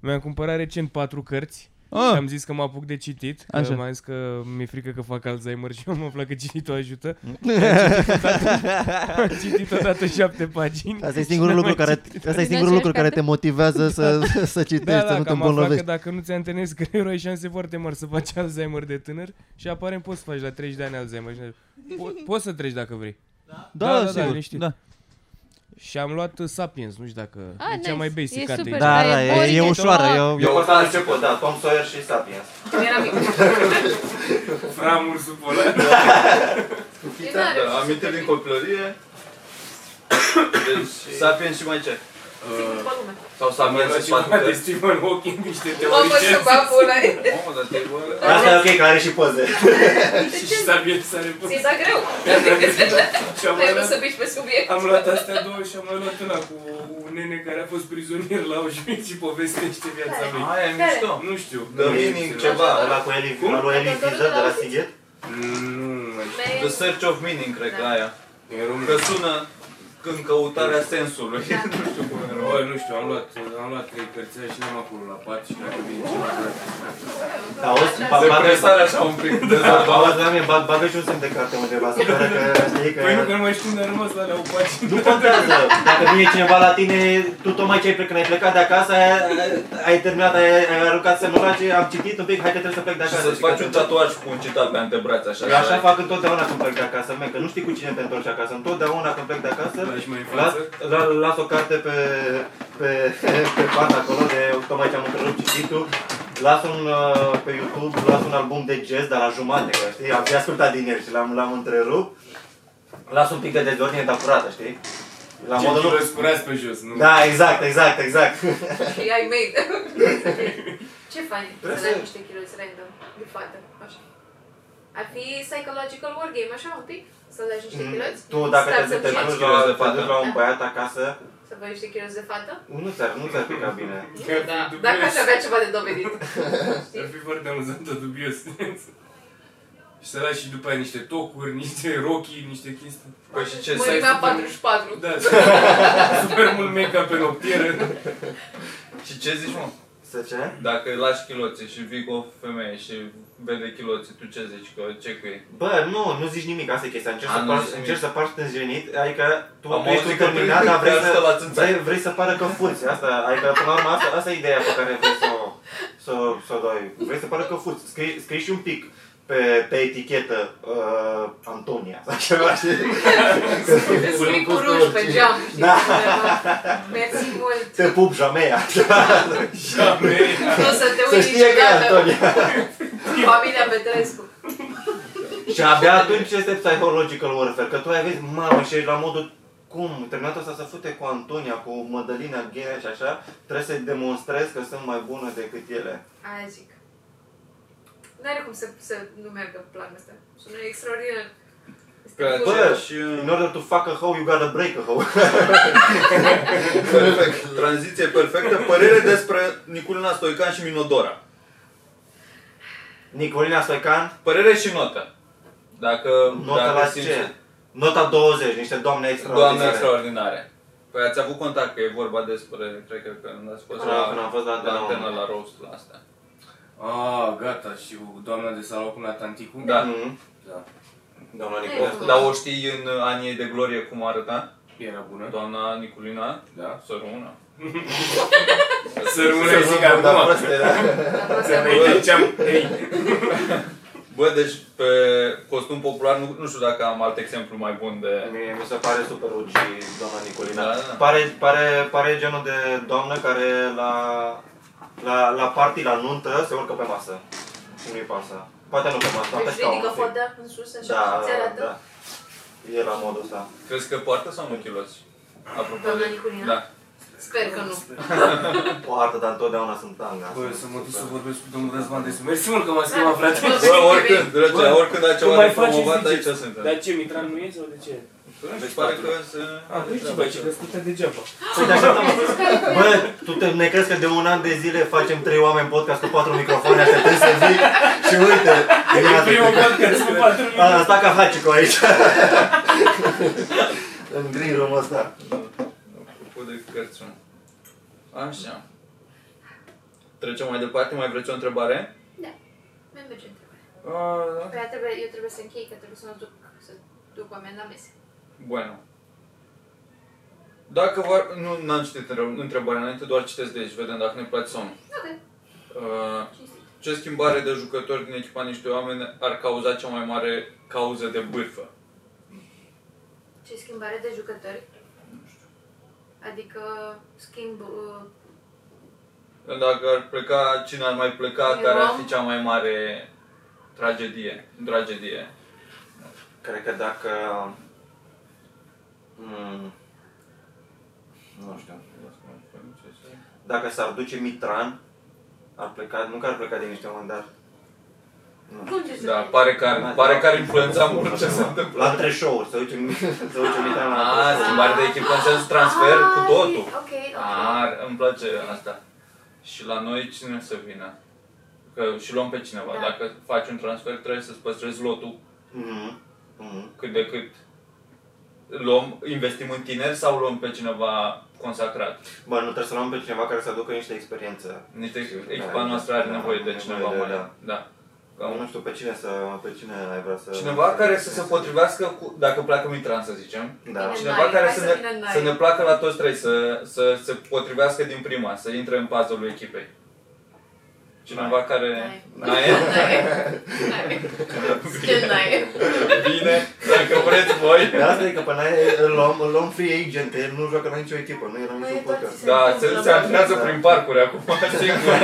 Speaker 5: Mi-am cumpărat recent patru cărți Și
Speaker 1: Ah,
Speaker 5: am zis că mă apuc de citit că
Speaker 1: Așa.
Speaker 5: Așa. Mai zis că mi-e frică că fac Alzheimer Și eu mă plac că cititul ajută
Speaker 2: Mm.
Speaker 5: Am citit odată- Am citit odată șapte pagini
Speaker 2: Asta e singurul lucru care, asta e
Speaker 3: Din
Speaker 2: singurul lucru
Speaker 3: aceeași
Speaker 2: care te motivează să, să
Speaker 5: da,
Speaker 2: citești,
Speaker 5: da,
Speaker 2: să nu te
Speaker 5: că am aflat că
Speaker 2: îmbolnăvești.
Speaker 5: dacă nu ți-a întâlnesc creierul ai șanse foarte mari să faci Alzheimer de tânăr și aparent poți să faci la 30 de ani Alzheimer. Și- Po- poți să treci dacă vrei. da,
Speaker 1: da,
Speaker 5: da,
Speaker 1: sigur.
Speaker 5: liniștit.
Speaker 1: Da.
Speaker 5: Și am luat uh, Sapiens, nu știu dacă
Speaker 3: Ah,
Speaker 5: e cea
Speaker 3: nice.
Speaker 5: Deci mai
Speaker 3: E
Speaker 5: basic
Speaker 3: super.
Speaker 5: carte.
Speaker 3: Da,
Speaker 2: Da,
Speaker 3: e
Speaker 2: da, e,
Speaker 3: boring
Speaker 2: e
Speaker 3: as
Speaker 2: ușoară.
Speaker 3: fuck.
Speaker 2: Eu,
Speaker 6: Eu
Speaker 2: eu,
Speaker 6: asta la început, da, Tom Sawyer și Sapiens.
Speaker 5: Framul supolat.
Speaker 6: Da, amintiri din copilărie. Deci,
Speaker 1: Sapiens și mai ce?
Speaker 6: sau
Speaker 1: da,
Speaker 6: Sapiens și patru cărți.
Speaker 5: Stephen Hawking, niște
Speaker 6: Mamă, dar te-ai bă-
Speaker 2: asta e ok, că are și poze.
Speaker 5: Și Sapiens are pus.
Speaker 3: Ți-e dat greu?
Speaker 5: Și am
Speaker 3: Ai
Speaker 5: mai
Speaker 3: vrut să
Speaker 5: luat,
Speaker 3: piși pe subiect?
Speaker 5: am luat astea două și am mai luat una cu un nene care a fost prizonier la Auschwitz și povestește viața lui.
Speaker 6: Aia e mișto.
Speaker 5: Nu știu. Da.
Speaker 6: The
Speaker 5: Nu,
Speaker 6: Meaning,
Speaker 5: sincer.
Speaker 6: ceva.
Speaker 2: cu Eli, lui
Speaker 3: Eli Vizor de la
Speaker 2: Sighet?
Speaker 5: Nu, mai știu.
Speaker 1: The Search of
Speaker 3: Da.
Speaker 1: Meaning, cred că aia.
Speaker 5: Din român. Da.
Speaker 1: Că sună când căutarea sensului. Nu știu cum e
Speaker 5: Bă,
Speaker 7: Bă,
Speaker 5: nu știu, am luat, am luat trei cărțile și le-am acolo la pat și dacă vine cineva...
Speaker 2: Da, auzi, ba-
Speaker 1: Se
Speaker 2: bagă-
Speaker 1: presare așa un pic de
Speaker 2: da, auzi, doamne, bag- bagă și un semn de carte undeva, să pară că știi că...
Speaker 5: Păi nu, că nu mai știu unde am rămas la o pagină.
Speaker 2: Nu contează. Dacă vine cineva la tine, tu tocmai ce ai plecat, când ai plecat de acasă, ai- ai terminat, ai, ai aruncat semnul și am citit un pic, hai că trebuie să plec de
Speaker 1: Și
Speaker 2: acasă.
Speaker 1: să-ți
Speaker 2: Zic,
Speaker 1: faci
Speaker 2: că-
Speaker 1: un tatuaj cu un citat pe antebraț, așa.
Speaker 2: Eu așa fac întotdeauna când plec de acasă, men, că nu știi cu cine te întorci acasă. Întotdeauna când plec de acasă,
Speaker 5: Lași mai în
Speaker 2: las,
Speaker 5: față.
Speaker 2: la, las o carte pe, pe, pe pat acolo, de tocmai ce am întrerupt cititul. Las un uh, pe YouTube, las un album de jazz, dar la jumate, că, știi, abia ascultat din el și l-am, l-am întrerupt. Las un pic de dezordine, dar curată, știi? La
Speaker 5: Ce
Speaker 2: modul...
Speaker 5: vă spurați pe jos, nu?
Speaker 2: Da, exact, exact, exact.
Speaker 8: Și ai mei. Ce fain e să dai niște kiloți random de fată, așa. Ar fi psychological wargame, așa, un pic? Să dai niște kiloți?
Speaker 2: Mm-hmm. Tu, dacă
Speaker 8: Stai
Speaker 2: te, te,
Speaker 8: să-mi
Speaker 2: duci
Speaker 8: joci?
Speaker 2: la, te duci la un băiat acasă,
Speaker 8: Să vă niște kiloți de fată?
Speaker 2: nu ți-ar, nu ți-ar pica bine.
Speaker 8: Da, dacă aș avea ceva de dovedit.
Speaker 5: Ar fi foarte amuzant, dar dubios. și să lași și după aia niște tocuri, niște rochii, niște chestii.
Speaker 1: Păi și ce,
Speaker 8: Mă
Speaker 1: să ai
Speaker 8: la
Speaker 1: super,
Speaker 8: 44.
Speaker 5: Da, super mult make-up pe noptieră.
Speaker 1: și ce zici, mă?
Speaker 2: Să ce?
Speaker 1: Dacă îi lași chiloții și vii cu o femeie și vede chiloții, tu ce zici? Că, ce cu ei?
Speaker 2: Bă, nu, nu zici nimic, asta e chestia. Încerci,
Speaker 1: A,
Speaker 2: să,
Speaker 1: nu
Speaker 2: par,
Speaker 1: zici nimic.
Speaker 2: încerci să pari stânjenit, adică tu,
Speaker 1: Am
Speaker 2: tu ești un
Speaker 1: auzit că
Speaker 2: terminat,
Speaker 1: prin-
Speaker 2: dar vrei
Speaker 1: pe asta la
Speaker 2: să,
Speaker 1: țânțar.
Speaker 2: vrei, vrei să pară că furți. Asta, adică, până la urmă, asta, asta e ideea pe care vrei să o, să, să o dai. Vrei să pară că furți. Scrii, scrii și un pic pe, pe etichetă uh, Antonia sau ceva, știi?
Speaker 8: Scrii cu ruj pe geam, știi?
Speaker 2: Da.
Speaker 8: Mersi mult.
Speaker 2: Te pup, jamea.
Speaker 8: Nu o să te
Speaker 2: Să
Speaker 8: uiți
Speaker 2: știe că e
Speaker 8: niciodată.
Speaker 2: Antonia.
Speaker 8: Familia Petrescu.
Speaker 2: Și abia atunci este psychological warfare, că tu ai vezi, mamă, și ești la modul cum, terminatul ăsta să fute cu Antonia, cu Mădălina Ghea și așa, trebuie să demonstrez că sunt mai bună decât ele.
Speaker 8: Aia zic. N-are cum să, să nu meargă planul ăsta. Sună extraordinar.
Speaker 1: Pe
Speaker 8: Bă,
Speaker 1: aceeași...
Speaker 2: In order to fuck a hoe, you gotta break a hoe.
Speaker 1: Perfect. Tranziție perfectă. Părere despre Niculina Stoican și Minodora.
Speaker 2: Nicolina Stoican,
Speaker 1: Părere și notă. Dacă,
Speaker 2: nota
Speaker 1: dacă
Speaker 2: la
Speaker 1: simți-
Speaker 2: Da, deci ce? Nota 20, niște doamne extraordinare.
Speaker 1: Doamne extraordinare. Păi ați avut contact că e vorba despre, cred că când ați fost
Speaker 2: Da, când am fost la
Speaker 1: la
Speaker 2: Antena
Speaker 1: antenă,
Speaker 2: Unu.
Speaker 1: la roast, la asta.
Speaker 5: Ah, gata, și cu doamna de sală cu la tanticu?
Speaker 1: Da.
Speaker 2: Mhm.
Speaker 5: Da.
Speaker 2: Doamna Nicolina.
Speaker 8: Niculina.
Speaker 1: Dar o știi în uh, anii ei de glorie cum arăta?
Speaker 5: Era bună.
Speaker 1: Doamna Niculina,
Speaker 5: Da.
Speaker 1: săruna.
Speaker 5: Să rămâne zic acum.
Speaker 2: proste, da.
Speaker 5: Ei, Deci am... Ei,
Speaker 1: Bă, deci pe costum popular, nu, nu știu dacă am alt exemplu mai bun de...
Speaker 2: Mie mi se pare super uci doamna Nicolina.
Speaker 1: Da, da, da.
Speaker 2: Pare, pare, pare genul de doamnă care la, la, la party, la nuntă, se urcă pe masă. Și nu-i pasă. Poate nu pe masă, poate
Speaker 8: Deci
Speaker 2: și ca
Speaker 8: ridică
Speaker 2: un fi.
Speaker 8: foda în sus, așa,
Speaker 2: Da,
Speaker 8: și ți arată.
Speaker 2: da. E la modul ăsta.
Speaker 1: Crezi că poartă sau nu chiloți? Apropo
Speaker 8: Doamna
Speaker 1: de-
Speaker 8: Niculina?
Speaker 1: Da.
Speaker 8: Sper că nu.
Speaker 2: O artă, dar întotdeauna sunt tanga.
Speaker 5: Bă,
Speaker 2: Sunt
Speaker 5: să mă duc
Speaker 2: super.
Speaker 5: să vorbesc cu domnul Răzvan Desu. Mersi mult că m-ați chemat, frate.
Speaker 1: Bă, oricând, drăgea, oricând ai
Speaker 5: Da. Tu
Speaker 1: ceva
Speaker 5: mai da,
Speaker 1: de
Speaker 5: faci și
Speaker 1: promovat, aici
Speaker 5: ziceți.
Speaker 1: sunt.
Speaker 5: Dar ce, Mitran nu e sau de ce?
Speaker 1: Deci pare că se...
Speaker 5: A, păi ce faci, că scută degeaba.
Speaker 2: Uite, așa stăm- Bă, tu te, ne crezi că de un an de zile facem trei oameni podcast cu patru microfoane, așteptăm să vii și uite,
Speaker 5: E primul
Speaker 2: iată.
Speaker 5: podcast cu patru
Speaker 2: A, Da, am stat ca Hachiko aici. În green room ăsta.
Speaker 1: Apropo de cărți, mă. Așa. Trecem mai departe, mai vreți o întrebare?
Speaker 8: Mi-a merge întrebarea.
Speaker 5: da.
Speaker 1: Uh,
Speaker 8: Păi, ea trebuie- Eu trebuie să închei, că trebuie să mă duc, să duc oameni la mese.
Speaker 1: Bueno. Dacă vă... Nu, n-am citit între- întrebarea înainte, doar citesc de aici, vedem dacă ne place sau nu.
Speaker 8: Ok,
Speaker 1: Uh,
Speaker 8: cinstit.
Speaker 1: ce schimbare de jucători din echipa niște oameni ar cauza cea mai mare cauză de bârfă?
Speaker 8: Ce schimbare de jucători? Adică schimb... uh,
Speaker 1: Dacă ar pleca, cine ar mai pleca,
Speaker 8: Eu
Speaker 1: care ar
Speaker 8: am-
Speaker 1: fi cea mai mare tragedie? Tragedie.
Speaker 2: Cred că dacă... Mm, nu știu. Dacă s-ar duce Mitran, ar pleca, nu că ar pleca de niște oameni, dar...
Speaker 8: Cum ce se
Speaker 1: Da,
Speaker 8: face?
Speaker 1: pare că ar, pare că ar influența mult ce se întâmplă. Ah, da.
Speaker 2: La trei show-uri, se duce, se duce Mitran la
Speaker 1: A,
Speaker 2: trei
Speaker 1: schimbare de echipă în sensul transfer
Speaker 8: Ah,
Speaker 1: cu totul.
Speaker 8: zi- Ok, ok.
Speaker 1: Ar, îmi place asta. Și la noi cine să vină? Că și luăm pe cineva.
Speaker 8: Da.
Speaker 1: Dacă faci un transfer, trebuie să-ți păstrezi lotul
Speaker 2: Mhm, mhm.
Speaker 1: cât de cât. Luăm, investim în tineri sau luăm pe cineva consacrat.
Speaker 2: Bă, nu trebuie să luăm pe cineva care să aducă niște experiență.
Speaker 1: Niște
Speaker 2: Da,
Speaker 1: echipa noastră are
Speaker 2: da,
Speaker 1: nevoie
Speaker 2: da,
Speaker 1: de cineva
Speaker 2: nevoie de-
Speaker 1: mai. Da. da. Ca un-
Speaker 2: Nu știu pe cine să pe cine ai vrea să
Speaker 1: Cineva care să se potrivească cu, dacă pleacă Mitran, să zicem.
Speaker 2: Da.
Speaker 8: Bine.
Speaker 1: Cineva
Speaker 8: Hai,
Speaker 1: care
Speaker 8: hai
Speaker 1: să
Speaker 8: să vină
Speaker 1: ne,
Speaker 8: Nail.
Speaker 1: să ne placă la toți trei, să, să se potrivească din prima, să intre în puzzle-ul echipei. Cineva
Speaker 2: Da.
Speaker 1: care... Nae.
Speaker 8: Still nae.
Speaker 1: Bine, dacă vreți voi.
Speaker 2: de asta e că pe Nae îl luăm, îl luăm free agent, el nu joacă la nicio echipă, nu era
Speaker 8: Mă,
Speaker 2: niciun
Speaker 8: e doar
Speaker 2: podcast.
Speaker 8: ce
Speaker 1: Da, se, se
Speaker 8: întâmplă,
Speaker 1: antrenează
Speaker 2: Da.
Speaker 1: prin parcuri acum, sigur.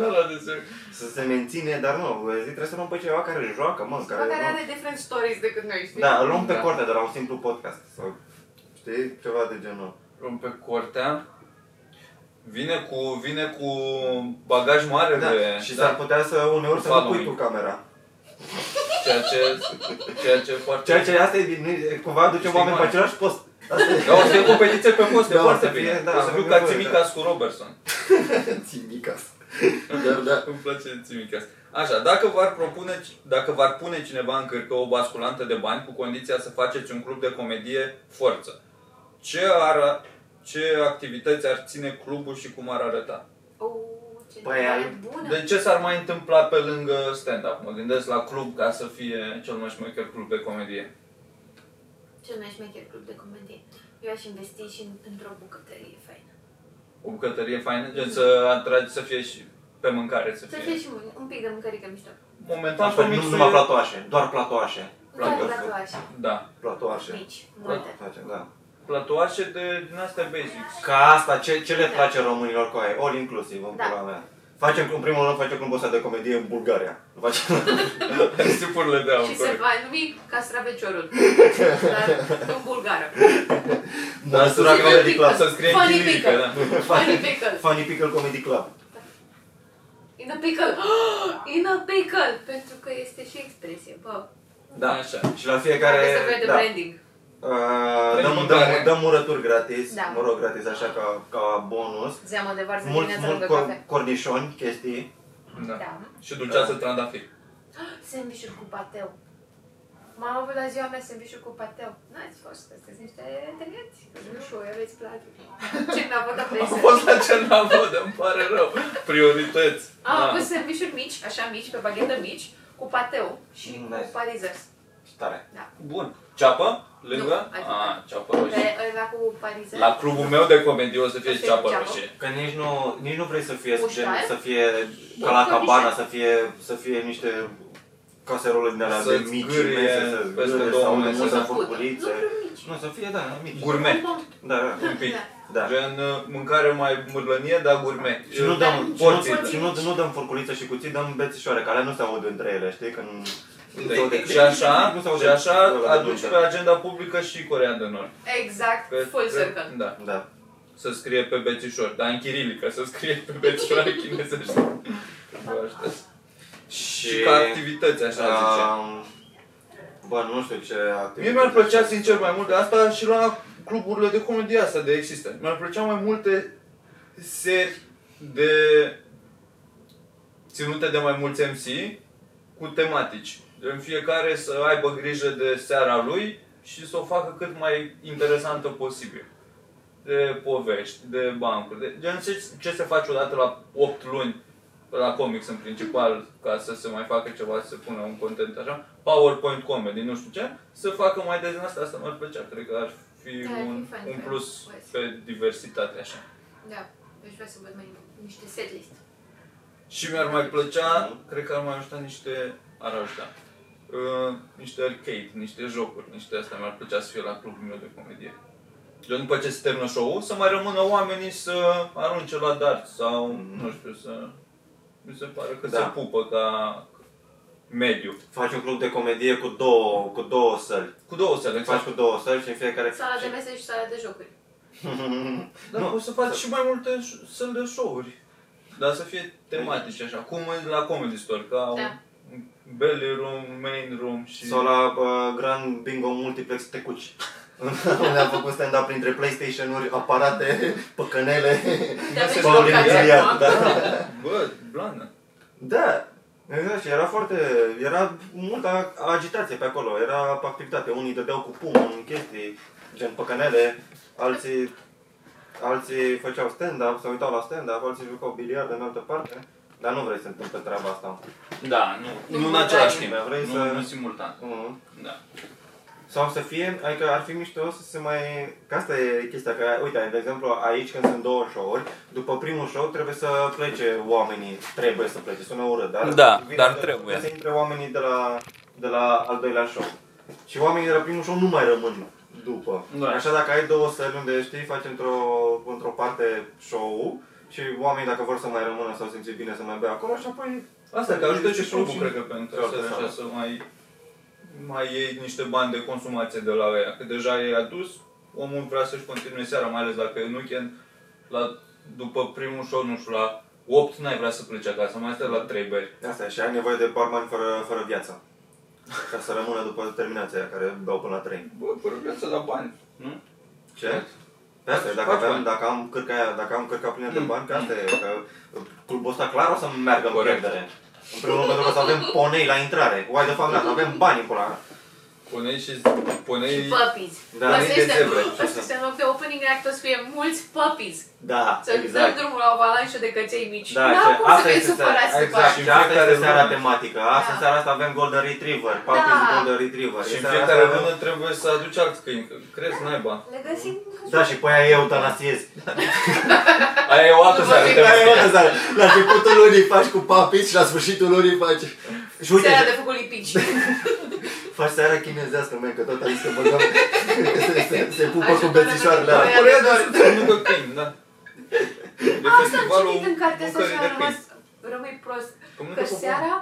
Speaker 1: Da, la desert.
Speaker 2: Să se menține, dar nu, zic, trebuie să luăm pe cineva care joacă, mă,
Speaker 8: Bă,
Speaker 2: care...
Speaker 8: care
Speaker 2: nu-
Speaker 8: are different stories decât noi, știi?
Speaker 2: Da, îl luăm pe
Speaker 1: Da.
Speaker 2: corte de la un simplu podcast sau știi, ceva de genul.
Speaker 1: Luăm pe cortea. Vine cu, vine cu bagaj mare de...
Speaker 2: Da, și s-ar putea să uneori să nu
Speaker 1: Follow
Speaker 2: pui
Speaker 1: me.
Speaker 2: tu camera.
Speaker 1: Ceea ce, ceea ce foarte...
Speaker 2: Ceea ce asta e din- cumva ducem
Speaker 1: Știi,
Speaker 2: oameni pe
Speaker 1: mă.
Speaker 2: același post. Asta e.
Speaker 1: Da, o să fie competiție pe poste,
Speaker 9: Da, o să
Speaker 1: foarte
Speaker 2: fie,
Speaker 1: bine.
Speaker 2: da,
Speaker 1: o să
Speaker 2: avem
Speaker 1: fiu
Speaker 2: nevoie,
Speaker 1: ca Țimicas cu Robertson.
Speaker 9: Ții micas. Dar da.
Speaker 1: Îmi place Țimicas. Așa, dacă v-ar, propune, dacă v-ar pune cineva în cârcă o basculantă de bani cu condiția să faceți un club de comedie forță, ce, ar, ce activități ar ține clubul și cum ar arăta?
Speaker 8: Ouă, ce
Speaker 2: Păi,
Speaker 8: întrebare
Speaker 2: ai-
Speaker 8: bună.
Speaker 1: De ce s-ar mai întâmpla pe lângă stand-up? Mă gândesc la club ca să fie cel mai șmecher club de comedie.
Speaker 8: Cel mai șmecher club de comedie. Eu aș investi și în- într-o bucătărie faină. Mhm.
Speaker 1: O bucătărie faină, gen să atragi să fie și pe mâncare, să
Speaker 8: Să fie
Speaker 1: fie.
Speaker 8: și un, un pic de mâncărică mișto.
Speaker 1: Momentan,
Speaker 2: Așa, nu
Speaker 1: comixul
Speaker 2: numai
Speaker 1: e-
Speaker 2: platoașe, doar platoașe.
Speaker 8: Doar
Speaker 1: Platoașe.
Speaker 8: platoașe.
Speaker 1: Da.
Speaker 2: Platoașe.
Speaker 8: Mici, multe.
Speaker 2: Platoașe, da.
Speaker 1: Platoașe de din astea basics.
Speaker 2: Ca asta, ce, ce le place românilor cu aia? All inclusiv, în
Speaker 8: Da.
Speaker 2: pula mea. Facem, în primul rând, facem clubul ăsta de comedie în Bulgaria. Îl Facem...
Speaker 1: Supurile de
Speaker 8: Și se
Speaker 1: acolo.
Speaker 8: va numi Castraveciorul. Dar în bulgară.
Speaker 2: Dar
Speaker 1: să
Speaker 2: sura
Speaker 8: scrie
Speaker 2: Da, comedy
Speaker 8: pică.
Speaker 2: club.
Speaker 1: Să scrie
Speaker 8: Funny
Speaker 1: chimică,
Speaker 8: pickle.
Speaker 1: da.
Speaker 8: Funny pickle.
Speaker 2: Funny Pickle Comedy Club.
Speaker 8: In a pickle. In a pickle. Pentru că este și expresie. Bă,
Speaker 1: Da, așa.
Speaker 2: Și la fiecare...
Speaker 8: care să vede
Speaker 2: da.
Speaker 8: branding.
Speaker 2: Uh,
Speaker 1: Trei
Speaker 2: dăm,
Speaker 1: mâncare.
Speaker 2: dăm, dăm urături gratis,
Speaker 8: Da.
Speaker 2: mă rog, gratis, așa ca, ca bonus.
Speaker 8: Zeamă de varză
Speaker 2: Mult,
Speaker 8: dimineața
Speaker 2: mult
Speaker 8: lângă
Speaker 2: cor-
Speaker 8: cafea.
Speaker 2: cornișoni, chestii.
Speaker 1: Da.
Speaker 8: Da.
Speaker 1: Și dulceață trandafir.
Speaker 8: Sandvișuri cu pateu. M-am avut la ziua mea sandvișuri cu pateu. N-ați fost, că sunteți niște inteligenți. Nu știu, aveți plată. Ce mi-a avut
Speaker 1: Am
Speaker 8: apresă.
Speaker 1: fost la ce n-am văzut, îmi pare rău. Priorități.
Speaker 8: Am avut
Speaker 1: Da.
Speaker 8: sandvișuri mici, așa mici, pe baghetă mici, cu pateu și
Speaker 2: Mm,
Speaker 8: cu
Speaker 2: nice.
Speaker 8: parizers.
Speaker 2: Tare.
Speaker 1: Bun. Ceapă? Lângă?
Speaker 8: Nu, ai
Speaker 1: A,
Speaker 8: făcut.
Speaker 1: ceapă roșie.
Speaker 8: Pe ăla cu parizers.
Speaker 1: Păi La clubul meu de comedie o să
Speaker 8: O
Speaker 1: fie
Speaker 8: să fie
Speaker 1: ceapă
Speaker 8: ceapă.
Speaker 1: roșie.
Speaker 2: Că nici nu, nici nu vrei să fie
Speaker 8: Muștar?
Speaker 2: gen, să fie ca la
Speaker 8: Cornișon.
Speaker 2: cabana, să fie, să fie niște caserole din alea de
Speaker 1: Să-ți
Speaker 2: mici,
Speaker 1: zgârie
Speaker 2: mese, să
Speaker 1: peste
Speaker 2: zgârie,
Speaker 1: două
Speaker 2: sau de
Speaker 1: mese.
Speaker 2: multă
Speaker 1: Să
Speaker 2: furculițe.
Speaker 8: Lucruri mici.
Speaker 2: Nu, să fie, da, mici.
Speaker 1: Gourmet.
Speaker 2: Da, da.
Speaker 1: Un pic.
Speaker 2: da.
Speaker 1: Gen uh, mâncare mai mârlănie, dar gourmet.
Speaker 2: Și nu dăm, și nu,
Speaker 1: porții.
Speaker 2: și nu, nu dăm furculiță și cuțit, dăm bețișoare, care nu se aud între ele, știi? Când...
Speaker 1: Da. Și așa,
Speaker 2: Nu se aude
Speaker 1: și așa
Speaker 2: ăla de
Speaker 1: aduci
Speaker 2: dulce.
Speaker 1: pe agenda publică și Corea de Nord.
Speaker 8: Exact,
Speaker 1: Că-
Speaker 8: full
Speaker 1: că-
Speaker 8: circle.
Speaker 1: Da.
Speaker 2: Da.
Speaker 1: să scrie pe bețișor, dar în chirilică, să scrie pe bețișoare chinezește. Vă aștept.
Speaker 2: Și,
Speaker 1: Și ca activități, așa zice.
Speaker 2: um, Bă, nu știu ce activități.
Speaker 1: Mie mi-ar plăcea sincer mai mult de asta și la cluburile de comedie astea de există. Mi-ar plăcea mai multe seri de ținute de mai mulți MC cu tematici. În fiecare să aibă grijă de seara lui și să o facă cât mai interesantă posibil. De povești, de bancuri, de gen ce, ce se face odată la 8 luni la comics în principal, ca să se mai facă ceva, să se pună un content așa, PowerPoint comedy, nu știu ce, să facă mai des din asta, asta mi-ar plăcea, cred că ar fi
Speaker 8: Da, ar fi
Speaker 1: un,
Speaker 8: fain,
Speaker 1: un
Speaker 8: fain.
Speaker 1: plus
Speaker 8: Poți.
Speaker 1: pe diversitate așa.
Speaker 8: Da, deci vreau să văd mai niște setlist.
Speaker 1: Și mi-ar mai plăcea, cred că ar mai ajuta niște, ar ajuta, uh, niște arcade, niște jocuri, niște astea mi-ar plăcea să fie la clubul meu de comedie. Eu după ce se termină show-ul, să mai rămână oamenii să arunce la dart sau,
Speaker 2: Mhm.
Speaker 1: nu știu, să... Mi se pare că
Speaker 2: Da.
Speaker 1: se pupă ca mediu.
Speaker 2: Faci un club de comedie cu două, cu două săli.
Speaker 1: Cu două sele,
Speaker 2: Faci
Speaker 1: exact.
Speaker 2: cu două săli și în fiecare...
Speaker 8: Sala de mese și sala de jocuri.
Speaker 1: Dar
Speaker 2: Nu.
Speaker 1: poți să faci și mai multe ș- săli de show-uri. Dar să fie tematice așa, cum în- la Comedy Store, ca un
Speaker 8: Da.
Speaker 1: belly room, main room și...
Speaker 2: Sau la bă, Grand Bingo Multiplex Tecuci. Unde am făcut stand-up printre PlayStation-uri, aparate, păcănele,
Speaker 8: Te aveți
Speaker 2: Paulin
Speaker 8: locația
Speaker 2: Giliard,
Speaker 8: acum?
Speaker 2: da.
Speaker 1: Bă, blană.
Speaker 2: Da, exact, și era foarte, era multă agitație pe acolo, era activitate, unii dădeau cu pumn în chestii, gen păcănele, alții, alții făceau stand-up, se uitau la stand-up, alții jucau biliard în altă parte, dar nu vrei să întâmple treaba asta.
Speaker 1: Da, nu,
Speaker 8: Nu
Speaker 1: nu în
Speaker 8: mă
Speaker 1: același
Speaker 8: dai.
Speaker 1: timp,
Speaker 2: Dar vrei
Speaker 1: nu,
Speaker 2: să-
Speaker 1: nu simultan.
Speaker 2: Mm.
Speaker 1: Da.
Speaker 2: Sau să fie, adică ar fi mișto să se mai... Că asta e chestia, că uite, de exemplu aici când sunt două show-uri, după primul show trebuie să plece oamenii, trebuie să plece, sună urât, dar...
Speaker 1: Da,
Speaker 2: vin-
Speaker 1: dar trebuie.
Speaker 2: Să intre oamenii de la, de la al doilea show. Și oamenii de la primul show nu mai rămân după.
Speaker 1: Da.
Speaker 2: Așa dacă ai două săli unde știi, faci într-o, într-o parte show și oamenii dacă vor să mai rămână sau simți bine să mai bea acolo și apoi...
Speaker 1: Asta că ajută
Speaker 2: Este
Speaker 1: Deci și clubul,
Speaker 2: și-
Speaker 1: cred că, pentru
Speaker 2: Toată
Speaker 1: asta, așa,
Speaker 2: sala.
Speaker 1: să mai, mai iei niște bani de consumație de la ea. Că deja e adus, omul vrea să-și continue seara, mai ales dacă e în weekend, la, după primul show, nu știu, la 8 n-ai vrea să pleci acasă, mai stai la 3 beri.
Speaker 2: Asta e, și ai nevoie de barman fără, fără viață. Ca să rămână după terminația aia care beau până la 3.
Speaker 1: Bă, fără viață la bani, nu?
Speaker 2: Ce? Pe asta e, dacă,
Speaker 1: Faci
Speaker 2: aveam,
Speaker 1: bani.
Speaker 2: dacă am cârca aia, dacă am cârca plină de
Speaker 1: Mm.
Speaker 2: bani, că asta e, că clubul ăsta clar o să meargă în
Speaker 1: Corect.
Speaker 2: pierdere. În primul rând pentru că o să avem ponei la intrare. Why the fuck not? Avem bani în pula mea.
Speaker 1: Punei și punei...
Speaker 8: Și puppies.
Speaker 2: Da,
Speaker 8: Asta
Speaker 2: nu-i
Speaker 8: este-
Speaker 1: degebre,
Speaker 8: Asta este în loc de opening act, o să fie mulți puppies.
Speaker 2: Da,
Speaker 8: Să dăm
Speaker 2: exact.
Speaker 8: drumul la o avalanșă de căței mici.
Speaker 2: Da,
Speaker 8: N-au
Speaker 2: și
Speaker 8: cum să
Speaker 2: asta
Speaker 8: fie
Speaker 2: este
Speaker 8: supărați
Speaker 2: seara,
Speaker 8: după
Speaker 2: exact,
Speaker 8: aia.
Speaker 2: și
Speaker 1: aia.
Speaker 2: asta este
Speaker 1: Fiecare
Speaker 2: seara
Speaker 1: lună.
Speaker 2: tematică, asta
Speaker 8: Da.
Speaker 2: în seara asta avem Golden Retriever, Puppies
Speaker 8: Da.
Speaker 2: Golden Retriever.
Speaker 1: Și
Speaker 2: În
Speaker 1: în
Speaker 2: seara asta
Speaker 1: fiecare
Speaker 2: avem-
Speaker 1: lună trebuie să aduci alți câini, că crezi naiba.
Speaker 8: Le găsim
Speaker 2: Da, și pe aia eu eutanasiez.
Speaker 1: Aia e o altă
Speaker 8: După
Speaker 1: seară.
Speaker 8: fiecare
Speaker 1: trebuie-
Speaker 5: Aia e altă seară. La începutul lunii faci cu papici și la sfârșitul lunii faci...
Speaker 2: Și uite,
Speaker 8: seara de făcut lipici.
Speaker 5: Faci seara chinezească, măi, că tot aici se băgăm... se, se, se pupă
Speaker 8: Așa,
Speaker 5: cu bețișoarele
Speaker 8: doar
Speaker 5: alea.
Speaker 8: Aia
Speaker 1: Coreea
Speaker 8: de
Speaker 1: doar să mănâncă câini, da. De
Speaker 8: Asta am citit în cartea asta și
Speaker 1: mâncării
Speaker 8: am
Speaker 1: de
Speaker 8: rămas,
Speaker 1: câini.
Speaker 8: rămâi prost.
Speaker 1: Comunică
Speaker 8: Că
Speaker 1: cu
Speaker 8: seara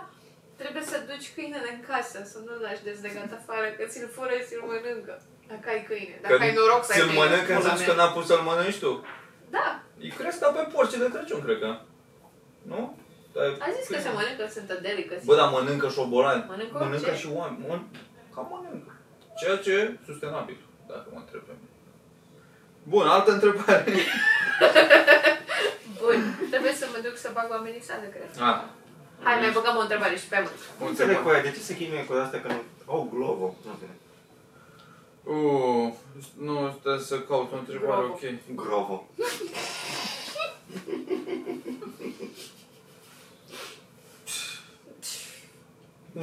Speaker 8: trebuie să duci câinele în casă, să nu-l lași dezlegat afară, că ți-l fură, ți-l mănâncă. Dacă ai câine, dacă
Speaker 1: Că
Speaker 8: ai noroc să ai
Speaker 1: Ți-l
Speaker 8: câine.
Speaker 1: mănâncă
Speaker 8: pula
Speaker 1: în zici
Speaker 8: mea.
Speaker 1: că n-a pus să-l mănânci tu?
Speaker 8: Da,
Speaker 1: Îi cresc ca pe porci de Crăciun, cred că. Nu? Dar- păi,
Speaker 8: a zis că se mănâncă, sunt adeli, că
Speaker 1: Bă, dar mănâncă șobolani.
Speaker 8: Mănâncă
Speaker 1: Mănâncă
Speaker 8: orice.
Speaker 1: și oameni. Mân... Cam mănâncă. Ceea ce e sustenabil, dacă mă întreb pe mine. Bun, altă întrebare.
Speaker 8: Bun, trebuie să mă duc să bag oamenii sale, cred.
Speaker 1: Ah,
Speaker 8: Hai, mai băgăm o întrebare și pe mult.
Speaker 1: o
Speaker 2: Nu
Speaker 1: întrebare.
Speaker 2: înțeleg cu aia, de ce se chinuie cu astea când au globo? Nu înțeleg.
Speaker 1: Uh, nu, stai să caut o întrebare,
Speaker 8: Bravo.
Speaker 1: ok.
Speaker 2: Grovo.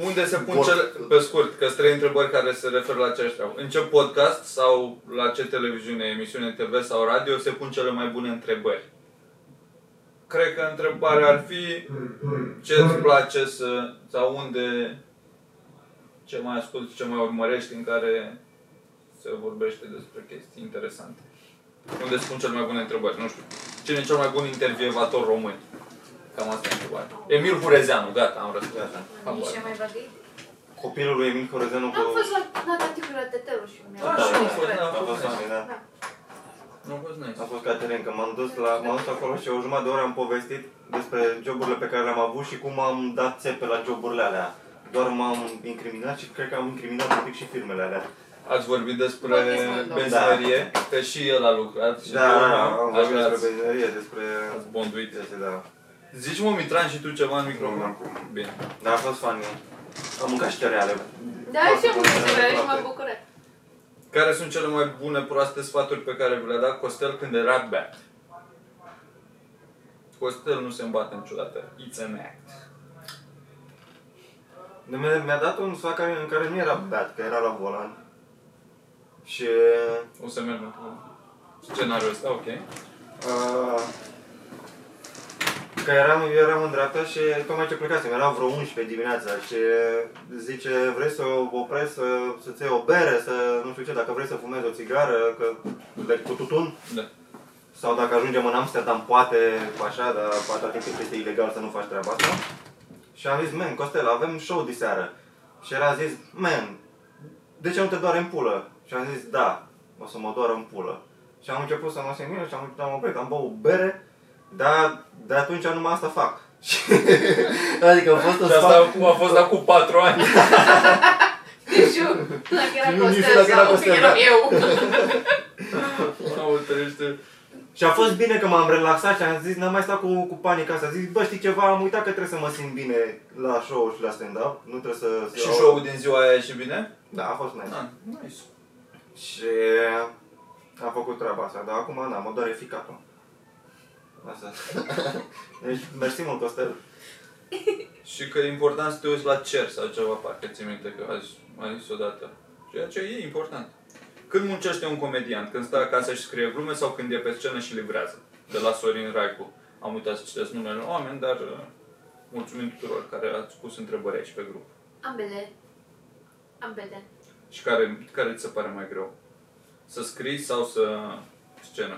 Speaker 1: Unde se pun
Speaker 5: Vor-
Speaker 1: cele... Pe scurt, că sunt trei întrebări care se referă la ce știau. În ce podcast sau la ce televiziune, emisiune TV sau radio se pun cele mai bune întrebări? Cred că întrebarea ar fi ce îți place să... sau unde... ce mai asculti, ce mai urmărești în care se vorbește despre chestii interesante. Unde spun cele mai bune întrebări, nu știu. Cine e cel mai bun intervievator român? Cam asta e întrebarea. Emil Hurezeanu, gata, am răspuns.
Speaker 2: Gata.
Speaker 8: Nici mai bagi?
Speaker 2: Copilul lui Emil Corozenu
Speaker 8: Am
Speaker 2: cu...
Speaker 8: fost la Nata cu Ratetelul și mi-a
Speaker 1: Da,
Speaker 8: plăcut.
Speaker 1: și eu am fost, da.
Speaker 2: A fost Sony, da.
Speaker 8: Da.
Speaker 1: Nu a fost nice.
Speaker 2: A fost Caterin, că m-am dus, la, m-am dus acolo și o jumătate de oră am povestit despre joburile pe care le-am avut și cum am dat țepe la joburile alea. Doar m-am incriminat și cred că am incriminat un pic și firmele alea.
Speaker 1: Ați vorbit despre
Speaker 8: Vorbesc mai mult.
Speaker 1: benzinărie, că și el a lucrat și
Speaker 2: Da, da,
Speaker 1: tu,
Speaker 2: da,
Speaker 1: nu?
Speaker 2: am
Speaker 1: Așa
Speaker 2: vorbit
Speaker 1: ați-
Speaker 2: despre benzinărie, despre...
Speaker 1: ați bonduit.
Speaker 2: Este, da.
Speaker 1: Zici mă, Mitran, și tu ceva în microfon.
Speaker 2: Nu.
Speaker 1: Bine.
Speaker 2: Dar a fost funny. Am mâncat și cereale.
Speaker 8: Da, și eu mă și m-am bucurat.
Speaker 1: Care sunt cele mai bune proaste sfaturi pe care vi le-a dat Costel când era beat? Costel nu se îmbate niciodată. It's an act.
Speaker 2: De- Mi-a, mi-a dat un sfat care, în care nu era beat, că era la volan. Și...
Speaker 1: O să mergem cu scenariul ăsta, ok.
Speaker 2: Uh, că eram, eu eram în dreapta și tocmai ce plecasem, era vreo 11 dimineața și zice, vrei să opresc, să, să-ți iei o bere, să nu știu ce, dacă vrei să fumezi o țigară, că de, cu tutun,
Speaker 1: Da.
Speaker 2: sau dacă ajungem în Amsterdam, poate așa, dar atâta timp cât este ilegal să nu faci treaba asta. Și am zis, man, Costel, avem show diseară. Și el a zis, man, de ce nu te doare în pulă? Și am zis, da, o să mă doară în pulă. Și am început să mă simt bine și am, am oprit, am băut bere, dar de atunci numai asta fac.
Speaker 5: Adică a fost un
Speaker 1: Și asta
Speaker 5: sfat...
Speaker 1: acum a fost acum 4 ani.
Speaker 8: Deci eu, dacă era
Speaker 5: Nu, nici
Speaker 8: Costel
Speaker 5: dacă era
Speaker 8: sau
Speaker 5: Costel,
Speaker 8: eram
Speaker 5: da.
Speaker 8: eu.
Speaker 1: Au trăiește.
Speaker 2: Și a fost bine că m-am relaxat și am zis, n-am mai stat cu, cu panica asta. Zic, bă, știi ceva, am uitat că trebuie să mă simt bine la show și la stand-up. Nu trebuie să...
Speaker 1: Și show-ul din ziua aia e și bine?
Speaker 2: Da, a fost nice.
Speaker 1: Da, nice.
Speaker 2: Și Am făcut treaba asta, dar acum n-am, mă doare ficatul. Asta. Deci, mersi mult, Costel.
Speaker 1: Și că e important să te uiți la cer sau ceva, parcă ți minte că azi mai zis odată. Ceea ce e important. Când muncește un comediant? Când stă acasă și scrie glume sau când e pe scenă și livrează? De la Sorin Raicu. Am uitat să citesc numele oameni, dar uh, mulțumim tuturor care ați pus întrebări aici pe grup.
Speaker 8: Ambele. Ambele.
Speaker 1: Și care, care ți se pare mai greu? Să scrii sau să scenă?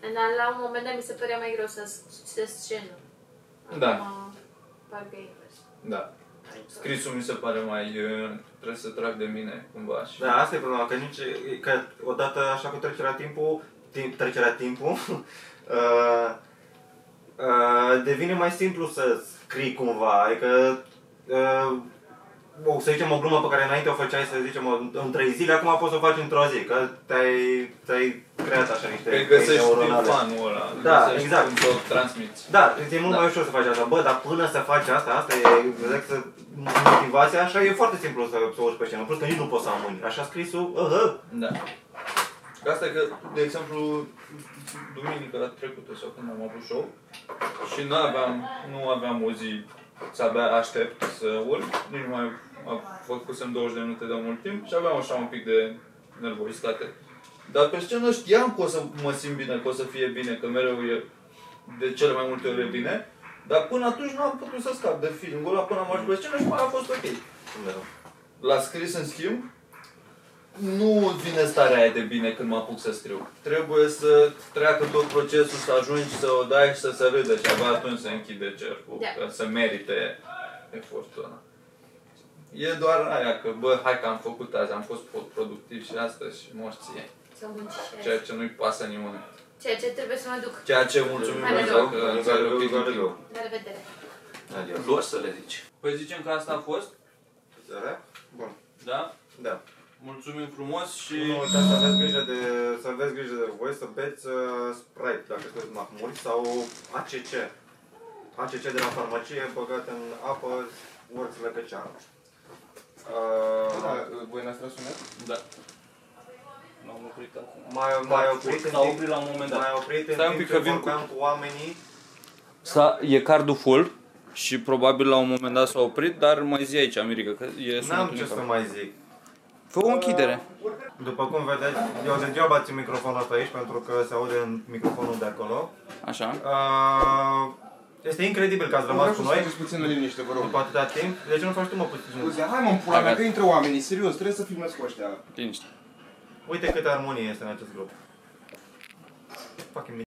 Speaker 8: Dar la un moment dat mi se părea mai greu să, să scenă.
Speaker 1: Da.
Speaker 8: Acum, Parcă e invers.
Speaker 1: Da. Scrisul mi se pare mai... uh, trebuie să trag de mine cumva și...
Speaker 2: Da, asta e problema, că nici, că odată așa cu trecerea timpul, timp, trecerea timpul, uh, uh, devine mai simplu să scrii cumva, adică, uh, o, să zicem o glumă pe care înainte o făceai, să zicem, în- în trei zile, acum poți să o faci într-o zi, că te-ai, te-ai creat așa niște
Speaker 1: Că îi
Speaker 2: căi
Speaker 1: Păi găsești din
Speaker 2: Păi, neuronale.
Speaker 1: fanul ăla, îi
Speaker 2: Da,
Speaker 1: găsești
Speaker 2: exact.
Speaker 1: cum să o transmiți.
Speaker 2: Da, e mult
Speaker 1: Da.
Speaker 2: mai ușor să faci asta. Bă, dar până să faci asta, asta e exact să motivația, așa e foarte simplu să, să urci pe scenă. În plus că nici nu poți să amâni. Așa scrisul, uh,
Speaker 1: Da. Că Asta e că, de exemplu, duminica trecută sau când am avut show și nu aveam, nu aveam o zi să abia aștept să urc, nici mai am făcut 20 de minute de mult timp și aveam așa un pic de nervozitate. Dar pe scenă știam că o să mă simt bine, că o să fie bine, că mereu e de cele mai multe ori e bine, dar până atunci nu am putut să scap de feeling-ul ăla până am ajuns pe scenă și mai a fost ok. La scris, în schimb, nu vine starea aia de bine când mă apuc să scriu. Trebuie să treacă tot procesul, să ajungi să o dai și să se râdă și abia atunci se închide cercul,
Speaker 8: Da.
Speaker 1: că să merite efortul ăla. E doar aia că, bă, hai că am făcut azi, am fost productiv și astăzi și morție.
Speaker 8: Să munci și azi.
Speaker 1: Ceea ce nu-i pasă nimănui.
Speaker 8: Ceea ce trebuie să mă duc.
Speaker 1: Ceea ce mulțumim
Speaker 8: Hai,
Speaker 1: Dumnezeu că
Speaker 2: uh,
Speaker 1: ți a răpit din timp.
Speaker 8: La revedere.
Speaker 2: Adio.
Speaker 1: Doar să le zici. Păi zicem că asta a fost,
Speaker 2: Bun,
Speaker 1: da?
Speaker 2: da.
Speaker 1: Mulțumim frumos și...
Speaker 2: Nu uitați să aveți grijă de, să aveți grijă de voi, să beți uh, Sprite, dacă sunteți mahmuri, sau ACC. ACC de la farmacie, băgat în apă, ori slăcăceară. Uh,
Speaker 5: Da, Voi n-ați tras un net?
Speaker 1: Da.
Speaker 5: N-am oprit acum.
Speaker 2: mai, mai oprit în
Speaker 5: S-a
Speaker 2: timp,
Speaker 5: oprit la un moment dat.
Speaker 2: mai oprit în
Speaker 1: Stai un
Speaker 2: timp
Speaker 1: pic
Speaker 2: ce
Speaker 1: că vin cu-
Speaker 2: vorbeam cu oamenii.
Speaker 1: S-a, e cardul full și probabil la un moment dat s-a oprit, dar mai zi aici, America, că e
Speaker 2: N-am
Speaker 1: sunetul
Speaker 2: ce
Speaker 1: din
Speaker 2: să
Speaker 1: cap.
Speaker 2: mai zic.
Speaker 1: Fă o închidere.
Speaker 2: După cum vedeți, eu degeaba țin microfonul ăsta aici pentru că se aude în microfonul de acolo.
Speaker 1: Așa.
Speaker 2: Uh, este incredibil că ați
Speaker 5: Vreau
Speaker 2: rămas cu
Speaker 5: să
Speaker 2: noi
Speaker 5: stați puțin în liniște, vă rog.
Speaker 2: după atâta timp. De ce nu faci tu mă puțin?
Speaker 5: Scuze, hai mă, în pula mea,
Speaker 1: Hai,
Speaker 5: că intră oamenii, serios, trebuie să filmez cu ăștia.
Speaker 1: Liniște.
Speaker 2: Uite câtă armonie este în acest grup. Fucking